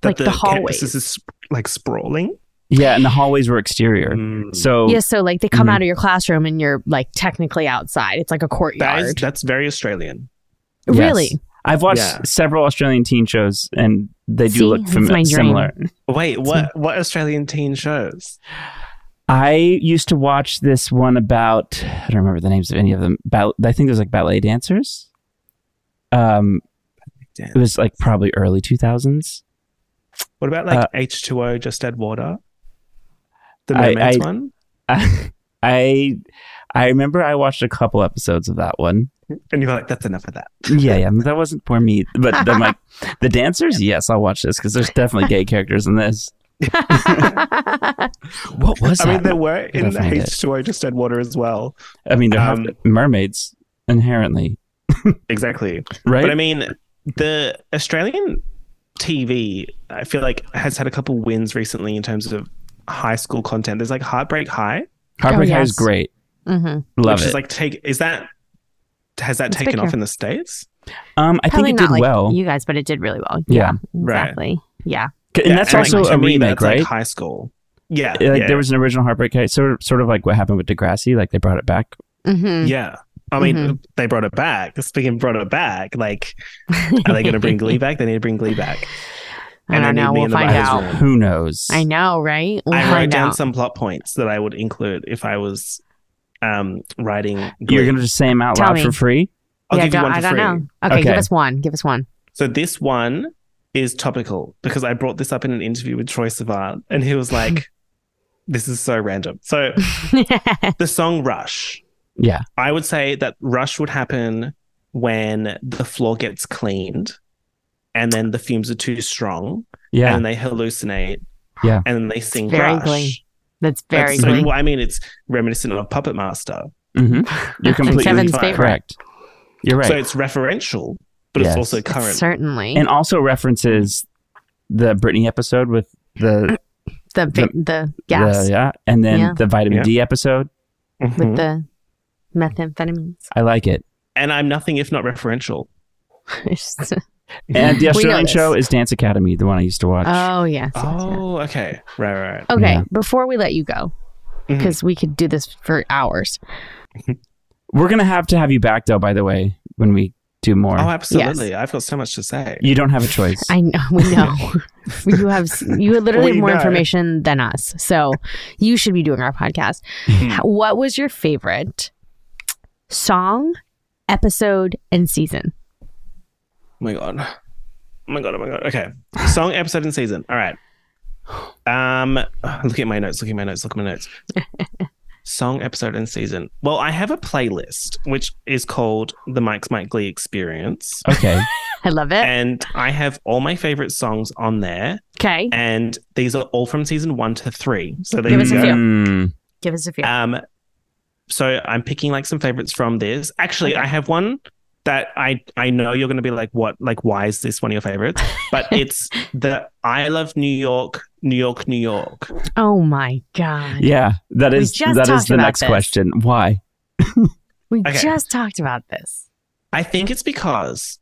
[SPEAKER 5] that
[SPEAKER 4] Like the hallways.
[SPEAKER 5] campus is like sprawling?
[SPEAKER 3] yeah, and the hallways were exterior,
[SPEAKER 5] Mm.
[SPEAKER 3] so
[SPEAKER 4] Yeah, so Mm-hmm. like they come
[SPEAKER 3] Mhm.
[SPEAKER 4] out of your classroom and you're like technically outside. It's like a
[SPEAKER 5] That is,
[SPEAKER 4] courtyard.
[SPEAKER 5] that's very Australian.
[SPEAKER 3] yes.
[SPEAKER 4] really?
[SPEAKER 3] I've watched
[SPEAKER 5] Yeah.
[SPEAKER 3] several Australian teen shows, and they do
[SPEAKER 4] See,
[SPEAKER 3] look
[SPEAKER 4] that's
[SPEAKER 3] fami-
[SPEAKER 4] my dream.
[SPEAKER 3] similar.
[SPEAKER 5] Wait, what what Australian teen shows?
[SPEAKER 3] I used to watch this one about I don't remember the names of any of them. About I think it was like ballet dancers. Um, it was like probably early two thousands.
[SPEAKER 5] What about like
[SPEAKER 3] Uh,
[SPEAKER 5] H two O just add water? The
[SPEAKER 3] I-
[SPEAKER 5] mermaids
[SPEAKER 3] I-
[SPEAKER 5] one?
[SPEAKER 3] I I remember I watched a couple episodes of that one.
[SPEAKER 5] And you're like, that's enough of that.
[SPEAKER 3] Yeah, yeah, that wasn't for me. But I'm like the dancers. Yes, I'll watch this because there's definitely gay characters in this. What was
[SPEAKER 5] I mean
[SPEAKER 3] that?
[SPEAKER 5] there were
[SPEAKER 3] Did I
[SPEAKER 5] in the
[SPEAKER 3] find it?
[SPEAKER 5] H two O just add water as well.
[SPEAKER 3] I mean, they're half
[SPEAKER 5] um,
[SPEAKER 3] mermaids inherently,
[SPEAKER 5] Exactly.
[SPEAKER 3] right?
[SPEAKER 5] But I mean the Australian TV I feel like has had a couple wins recently in terms of high school content. There's like Heartbreak High,
[SPEAKER 3] Heartbreak
[SPEAKER 4] Oh,
[SPEAKER 3] High is
[SPEAKER 4] yes.
[SPEAKER 3] great.
[SPEAKER 4] hmm
[SPEAKER 3] Love
[SPEAKER 5] which
[SPEAKER 3] it.
[SPEAKER 5] is like take is that has that
[SPEAKER 4] It's
[SPEAKER 5] taken
[SPEAKER 4] bigger.
[SPEAKER 5] off in the States?
[SPEAKER 3] um, I think it did well,
[SPEAKER 4] you guys, but it did really well.
[SPEAKER 3] Yeah.
[SPEAKER 5] Right.
[SPEAKER 4] exactly. Yeah.
[SPEAKER 3] C- and
[SPEAKER 5] Yeah,
[SPEAKER 3] that's
[SPEAKER 5] like,
[SPEAKER 3] also
[SPEAKER 5] to
[SPEAKER 3] a
[SPEAKER 5] me,
[SPEAKER 3] remake,
[SPEAKER 5] that's
[SPEAKER 3] right?
[SPEAKER 5] Like high school. Yeah,
[SPEAKER 3] Yeah, Uh, like
[SPEAKER 5] yeah.
[SPEAKER 3] there was an original Heartbreak High, sort of, sort of like what happened with Degrassi. Like they brought it back.
[SPEAKER 4] hmm
[SPEAKER 5] Yeah. I mean,
[SPEAKER 4] Mhm.
[SPEAKER 5] they brought it back. Speaking of brought it back, like, are they going to bring Glee back? They need to bring Glee back.
[SPEAKER 4] I don't
[SPEAKER 5] need
[SPEAKER 4] know.
[SPEAKER 5] me
[SPEAKER 4] We'll
[SPEAKER 5] in the
[SPEAKER 4] find
[SPEAKER 5] writers'
[SPEAKER 4] out.
[SPEAKER 5] room.
[SPEAKER 3] Who knows?
[SPEAKER 4] I know, right? We'll
[SPEAKER 5] I wrote
[SPEAKER 4] find
[SPEAKER 5] down
[SPEAKER 4] out.
[SPEAKER 5] some plot points that I would include if I was um, writing.
[SPEAKER 3] You're going to just say them out
[SPEAKER 4] Tell
[SPEAKER 3] loud
[SPEAKER 4] me.
[SPEAKER 3] for free?
[SPEAKER 5] I'll
[SPEAKER 4] yeah,
[SPEAKER 5] give you
[SPEAKER 4] don't-
[SPEAKER 5] one
[SPEAKER 4] I
[SPEAKER 5] for
[SPEAKER 4] don't know.
[SPEAKER 5] free.
[SPEAKER 4] Okay, give
[SPEAKER 5] Okay.
[SPEAKER 4] us one. Give us one.
[SPEAKER 5] So this one is topical because I brought this up in an interview with Troy Savant, and he was like, "This is so random." So the song "Rush,"
[SPEAKER 3] Yeah.
[SPEAKER 5] I would say that "Rush" would happen when the floor gets cleaned, and then the fumes are too strong,
[SPEAKER 3] Yeah.
[SPEAKER 5] and they hallucinate,
[SPEAKER 3] Yeah.
[SPEAKER 5] and then they sing
[SPEAKER 4] Very
[SPEAKER 5] "Rush."
[SPEAKER 4] clean. That's very
[SPEAKER 5] That's-
[SPEAKER 4] clean.
[SPEAKER 5] well, I mean, it's reminiscent of Puppet Master.
[SPEAKER 3] Mm-hmm. You're
[SPEAKER 5] And
[SPEAKER 3] completely
[SPEAKER 5] Kevin's favorite.
[SPEAKER 3] correct. You're right.
[SPEAKER 5] So it's referential, but
[SPEAKER 3] Yes.
[SPEAKER 5] it's also
[SPEAKER 3] It's
[SPEAKER 5] current.
[SPEAKER 4] Certainly.
[SPEAKER 3] and also references the Britney episode with the
[SPEAKER 4] the, the the gas
[SPEAKER 3] the- yeah, and then
[SPEAKER 4] Yeah.
[SPEAKER 3] the vitamin
[SPEAKER 5] Yeah.
[SPEAKER 3] D episode.
[SPEAKER 5] Mm-hmm.
[SPEAKER 4] with the methamphetamines.
[SPEAKER 3] I like it.
[SPEAKER 5] and I'm nothing if not referential.
[SPEAKER 4] We
[SPEAKER 3] And the
[SPEAKER 4] know
[SPEAKER 3] Australian
[SPEAKER 4] this.
[SPEAKER 3] show is Dance Academy, the one I used to watch.
[SPEAKER 4] oh yes. yes, yes.
[SPEAKER 5] Oh, okay. Right, right.
[SPEAKER 4] Okay,
[SPEAKER 3] Yeah.
[SPEAKER 4] before we let you go,
[SPEAKER 5] Mhm.
[SPEAKER 4] because we could do this for hours.
[SPEAKER 3] We're gonna have to have you back though. By the way, when we do more,
[SPEAKER 5] Oh, absolutely. I've got so much to say.
[SPEAKER 3] you don't have a choice.
[SPEAKER 4] I know we know you have s- you literally
[SPEAKER 5] We
[SPEAKER 4] have more
[SPEAKER 5] know.
[SPEAKER 4] information than us, so you should be doing our podcast.
[SPEAKER 5] Mm-hmm.
[SPEAKER 4] H- what was your favorite song, episode, and season?
[SPEAKER 5] Oh my god. Oh my god. Oh my god. Okay. Song, episode, and season. All right. Um, look at my notes. Look at my notes. Look at my notes. Song, episode, and season. Well, I have a playlist which is called the Mike's Mike Glee Experience,
[SPEAKER 3] okay,
[SPEAKER 4] I love it.
[SPEAKER 5] and I have all my favorite songs on there,
[SPEAKER 4] Okay,
[SPEAKER 5] and these are all from season one to three. So there
[SPEAKER 4] Give
[SPEAKER 5] you
[SPEAKER 4] us a
[SPEAKER 5] go.
[SPEAKER 4] few.
[SPEAKER 3] Mm.
[SPEAKER 4] give us a few.
[SPEAKER 5] Um, so I'm picking like some favorites from this. Actually, I have one that I I know you're going to be like, what? Like, why is this one of your favorites? But it's the I love New York, New York, New York.
[SPEAKER 4] oh my god,
[SPEAKER 3] yeah, that
[SPEAKER 4] We
[SPEAKER 3] is
[SPEAKER 4] just
[SPEAKER 3] that is
[SPEAKER 4] talked
[SPEAKER 3] the
[SPEAKER 4] about
[SPEAKER 3] next
[SPEAKER 4] this.
[SPEAKER 3] question. Why?
[SPEAKER 4] we
[SPEAKER 5] okay.
[SPEAKER 4] just talked about this.
[SPEAKER 5] I think it's because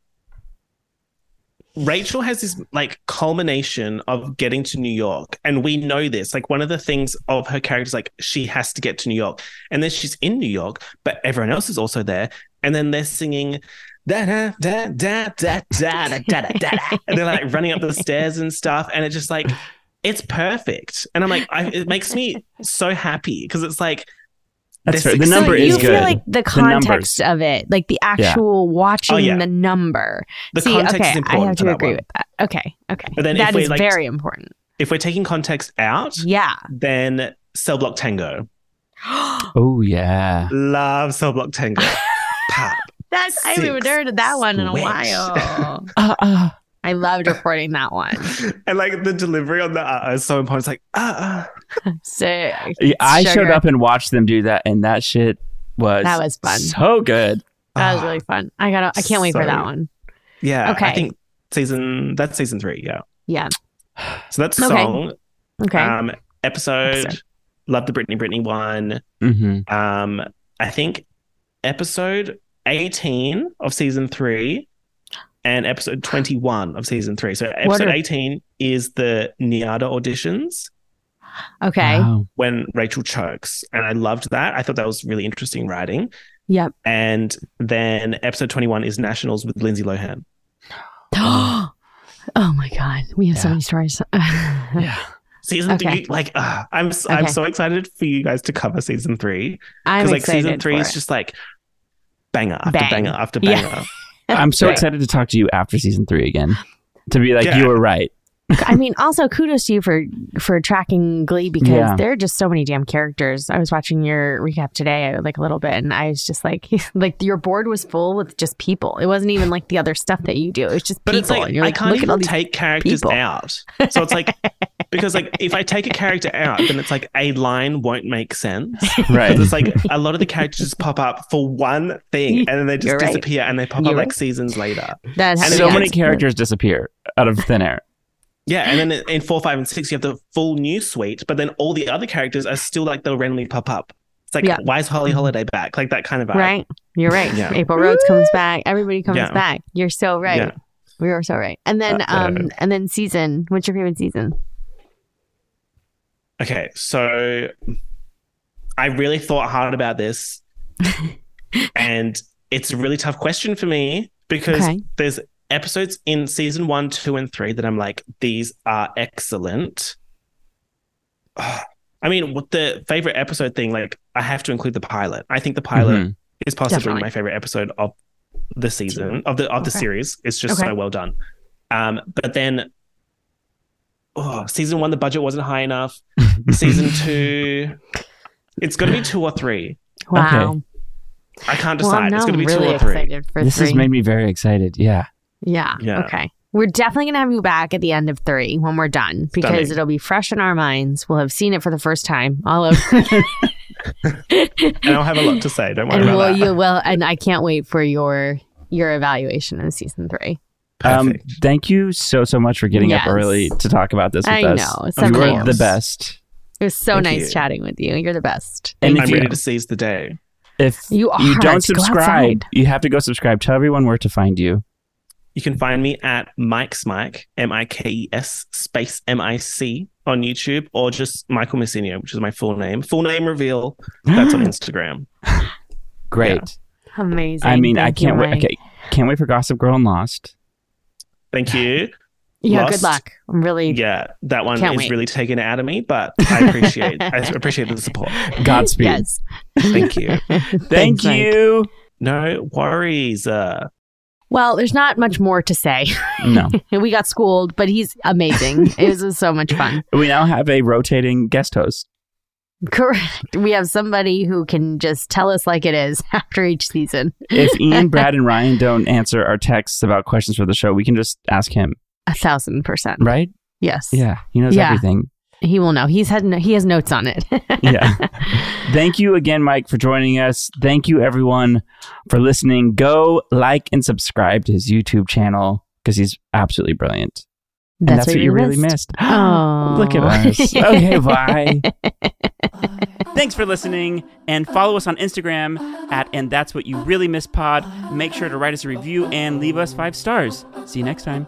[SPEAKER 5] Rachel has this like culmination of getting to New York, and we know this. Like one of the things of her character is like she has to get to New York, and then she's in New York, but everyone else is also there, and then they're singing. Da da da da da da da da da da, and they're like running up the stairs and stuff, and it's just like it's perfect. And I'm like, I, it makes me so happy because it's like
[SPEAKER 3] That's
[SPEAKER 5] they're
[SPEAKER 3] fair. The number
[SPEAKER 4] so
[SPEAKER 5] succeeding.
[SPEAKER 3] is
[SPEAKER 4] you
[SPEAKER 3] good.
[SPEAKER 4] feel like the context
[SPEAKER 3] numbers.
[SPEAKER 4] of it, like the actual watching
[SPEAKER 5] Oh, yeah.
[SPEAKER 4] the number.
[SPEAKER 5] The
[SPEAKER 4] See,
[SPEAKER 5] context
[SPEAKER 4] okay,
[SPEAKER 5] is
[SPEAKER 4] I
[SPEAKER 5] important
[SPEAKER 4] have
[SPEAKER 5] for
[SPEAKER 4] to
[SPEAKER 5] that
[SPEAKER 4] agree
[SPEAKER 5] one.
[SPEAKER 4] with that. Okay, okay,
[SPEAKER 5] But then
[SPEAKER 4] that
[SPEAKER 5] if we,
[SPEAKER 4] is
[SPEAKER 5] like,
[SPEAKER 4] very important.
[SPEAKER 5] if we're taking context out,
[SPEAKER 4] Yeah.
[SPEAKER 5] then Cell Block Tango.
[SPEAKER 3] Oh yeah,
[SPEAKER 5] Love Cell Block Tango. Pop.
[SPEAKER 4] That's I haven't
[SPEAKER 5] Six.
[SPEAKER 4] heard that one in a
[SPEAKER 5] Swish.
[SPEAKER 4] while.
[SPEAKER 3] uh, uh.
[SPEAKER 4] I loved recording that one.
[SPEAKER 5] And like the delivery on the uh is so important. It's like, ah, uh,
[SPEAKER 4] So
[SPEAKER 3] Yeah, I showed
[SPEAKER 4] sugar.
[SPEAKER 3] up and watched them do that, and that shit was
[SPEAKER 4] That was fun.
[SPEAKER 3] So good.
[SPEAKER 4] That was really fun. I got. to I can't wait for
[SPEAKER 5] So-
[SPEAKER 4] that one.
[SPEAKER 5] yeah.
[SPEAKER 4] Okay.
[SPEAKER 5] I think season, that's season three. Yeah.
[SPEAKER 4] Yeah.
[SPEAKER 5] So that's
[SPEAKER 4] Okay.
[SPEAKER 5] song.
[SPEAKER 4] Okay.
[SPEAKER 5] Um, episode,
[SPEAKER 4] Episode.
[SPEAKER 5] Love the Britney Britney one.
[SPEAKER 3] Mm-hmm.
[SPEAKER 5] Um, I think episode 18 of season three and episode 21 of season three. So episode
[SPEAKER 4] are-
[SPEAKER 5] 18 is the Niada auditions.
[SPEAKER 4] okay.
[SPEAKER 3] Wow.
[SPEAKER 5] when Rachel chokes. And I loved that. I thought that was really interesting writing.
[SPEAKER 4] Yep.
[SPEAKER 5] And then episode 21 is Nationals with Lindsay Lohan.
[SPEAKER 4] oh my god, we have so
[SPEAKER 3] Yeah.
[SPEAKER 4] many stories.
[SPEAKER 3] Yeah.
[SPEAKER 5] Season
[SPEAKER 4] Okay.
[SPEAKER 5] three, like, ah, I'm, s am
[SPEAKER 4] Okay.
[SPEAKER 5] so excited for you guys to cover season three.
[SPEAKER 4] I'm
[SPEAKER 5] like,
[SPEAKER 4] excited
[SPEAKER 5] season three
[SPEAKER 4] for
[SPEAKER 5] is
[SPEAKER 4] it.
[SPEAKER 5] just like banger after
[SPEAKER 4] Bang.
[SPEAKER 5] banger after
[SPEAKER 4] Yeah.
[SPEAKER 5] banger.
[SPEAKER 3] I'm so
[SPEAKER 4] Right.
[SPEAKER 3] excited to talk to you after season three again. To be like,
[SPEAKER 5] Yeah.
[SPEAKER 3] you were right.
[SPEAKER 4] I mean, also kudos to you for for tracking Glee because
[SPEAKER 3] Yeah.
[SPEAKER 4] there are just so many damn characters. I was watching your recap today, uh, like a little bit, and I was just like, like your board was full with just people. It wasn't even like the other stuff that you do. It was just
[SPEAKER 5] But
[SPEAKER 4] people.
[SPEAKER 5] it's like,
[SPEAKER 4] and you're
[SPEAKER 5] I
[SPEAKER 4] like,
[SPEAKER 5] can't
[SPEAKER 4] look at all
[SPEAKER 5] even
[SPEAKER 4] these
[SPEAKER 5] take characters
[SPEAKER 4] people.
[SPEAKER 5] out. So it's like, because like if I take a character out, then it's like a line won't make sense.
[SPEAKER 3] Right.
[SPEAKER 5] Because it's like a lot of the characters just pop up for one thing and then they just
[SPEAKER 4] You're right.
[SPEAKER 5] disappear and they pop
[SPEAKER 4] You're
[SPEAKER 5] up
[SPEAKER 4] right.
[SPEAKER 5] like seasons later.
[SPEAKER 4] that
[SPEAKER 5] And
[SPEAKER 4] happened
[SPEAKER 3] so
[SPEAKER 4] to
[SPEAKER 3] many
[SPEAKER 4] us.
[SPEAKER 3] characters disappear out of thin air.
[SPEAKER 5] Yeah, and then in four, five, and six, you have the full new suite, but then all the other characters are still like they'll randomly pop up. It's like,
[SPEAKER 4] Yeah.
[SPEAKER 5] why is Holly Holiday back? Like that kind of vibe.
[SPEAKER 4] Right. You're right.
[SPEAKER 5] Yeah.
[SPEAKER 4] April Rhodes comes back. Everybody comes
[SPEAKER 5] Yeah.
[SPEAKER 4] back. You're so right.
[SPEAKER 5] Yeah. Uh,
[SPEAKER 4] We were so right. And then um and then season. What's your favorite season?
[SPEAKER 5] Okay, so I really thought hard about this, and it's a really tough question for me because
[SPEAKER 4] Okay.
[SPEAKER 5] there's episodes in season one, two, and three that I'm like, these are excellent. Ugh. I mean, with the favorite episode thing, like I have to include the pilot. I think the pilot
[SPEAKER 3] Mhm.
[SPEAKER 5] is possibly
[SPEAKER 3] Definitely.
[SPEAKER 5] my favorite episode of the season of the of the
[SPEAKER 3] Okay.
[SPEAKER 5] series. It's just
[SPEAKER 3] Okay.
[SPEAKER 5] so well done. Um, but then, oh, season one, the budget wasn't high enough. season two, it's going to be two or three.
[SPEAKER 4] Wow.
[SPEAKER 3] Okay.
[SPEAKER 5] I can't
[SPEAKER 4] Well,
[SPEAKER 5] decide.
[SPEAKER 4] now
[SPEAKER 5] it's going to be
[SPEAKER 4] I'm really
[SPEAKER 5] two or three.
[SPEAKER 4] excited for
[SPEAKER 3] this has
[SPEAKER 4] three.
[SPEAKER 3] made me very excited. Yeah.
[SPEAKER 4] Yeah.
[SPEAKER 3] Yeah.
[SPEAKER 4] Okay. We're definitely going to have you back at the end of three when we're done because
[SPEAKER 3] Stunning.
[SPEAKER 4] it'll be fresh in our minds. We'll have seen it for the first time all over.
[SPEAKER 5] and I'll have a lot to say. Don't worry
[SPEAKER 4] and
[SPEAKER 5] about
[SPEAKER 4] will
[SPEAKER 5] that.
[SPEAKER 4] you will and I can't wait for your your evaluation of season three.
[SPEAKER 3] Um, thank you so so much for getting
[SPEAKER 4] Yes.
[SPEAKER 3] up early to talk about this with
[SPEAKER 4] I
[SPEAKER 3] us.
[SPEAKER 4] know, it's
[SPEAKER 3] you are
[SPEAKER 4] amazing.
[SPEAKER 3] the best.
[SPEAKER 4] It was so
[SPEAKER 3] Thank
[SPEAKER 4] nice
[SPEAKER 3] you.
[SPEAKER 4] chatting with you. You're the best.
[SPEAKER 3] And
[SPEAKER 4] Thank
[SPEAKER 3] if
[SPEAKER 4] you.
[SPEAKER 3] you-
[SPEAKER 5] seize the day.
[SPEAKER 3] If
[SPEAKER 4] You are. Go
[SPEAKER 3] don't subscribe,
[SPEAKER 4] outside.
[SPEAKER 3] you have to go subscribe. Tell everyone where to find you.
[SPEAKER 5] You can find me at Mike's Mike, M I K E S space M I C on YouTube, or just Michael Messinio, which is my full name. Full name reveal. That's on Instagram.
[SPEAKER 3] Great.
[SPEAKER 4] Amazing.
[SPEAKER 3] I mean, I
[SPEAKER 4] Thank you,
[SPEAKER 3] can't wait.
[SPEAKER 4] Mike.
[SPEAKER 3] Okay, can't wait for Gossip Girl and Lost.
[SPEAKER 5] Thank you.
[SPEAKER 4] Yeah,
[SPEAKER 5] Lost.
[SPEAKER 4] good luck. I'm really
[SPEAKER 5] Yeah, that one
[SPEAKER 4] Can't
[SPEAKER 5] is
[SPEAKER 4] wait.
[SPEAKER 5] really taken it out of me, but I appreciate I appreciate the support.
[SPEAKER 3] Godspeed.
[SPEAKER 4] Yes.
[SPEAKER 5] Thank you.
[SPEAKER 3] Thank Mike. you.
[SPEAKER 5] No worries. Uh,
[SPEAKER 4] Well, there's not much more to say.
[SPEAKER 3] No.
[SPEAKER 4] we got schooled, but he's amazing. it was- was so much fun.
[SPEAKER 3] We now have a rotating guest host.
[SPEAKER 4] Correct. We have somebody who can just tell us like it is after each season.
[SPEAKER 3] If Ian, Brad, and Ryan don't answer our texts about questions for the show, we can just ask him,
[SPEAKER 4] a thousand percent.
[SPEAKER 3] right?
[SPEAKER 4] Yes.
[SPEAKER 3] Yeah, he knows
[SPEAKER 4] Yeah.
[SPEAKER 3] everything.
[SPEAKER 4] He will know. He's had no, he has notes on it.
[SPEAKER 3] yeah. Thank you again, Mike, for joining us. Thank you, everyone, for listening. Go like and subscribe to his YouTube channel because he's absolutely brilliant. And that's what you really missed.
[SPEAKER 4] Oh,
[SPEAKER 3] Look at us. Okay, bye. Thanks for listening and follow us on Instagram at And That's What You Really Miss Pod. Make sure to write us a review and leave us five stars. See you next time.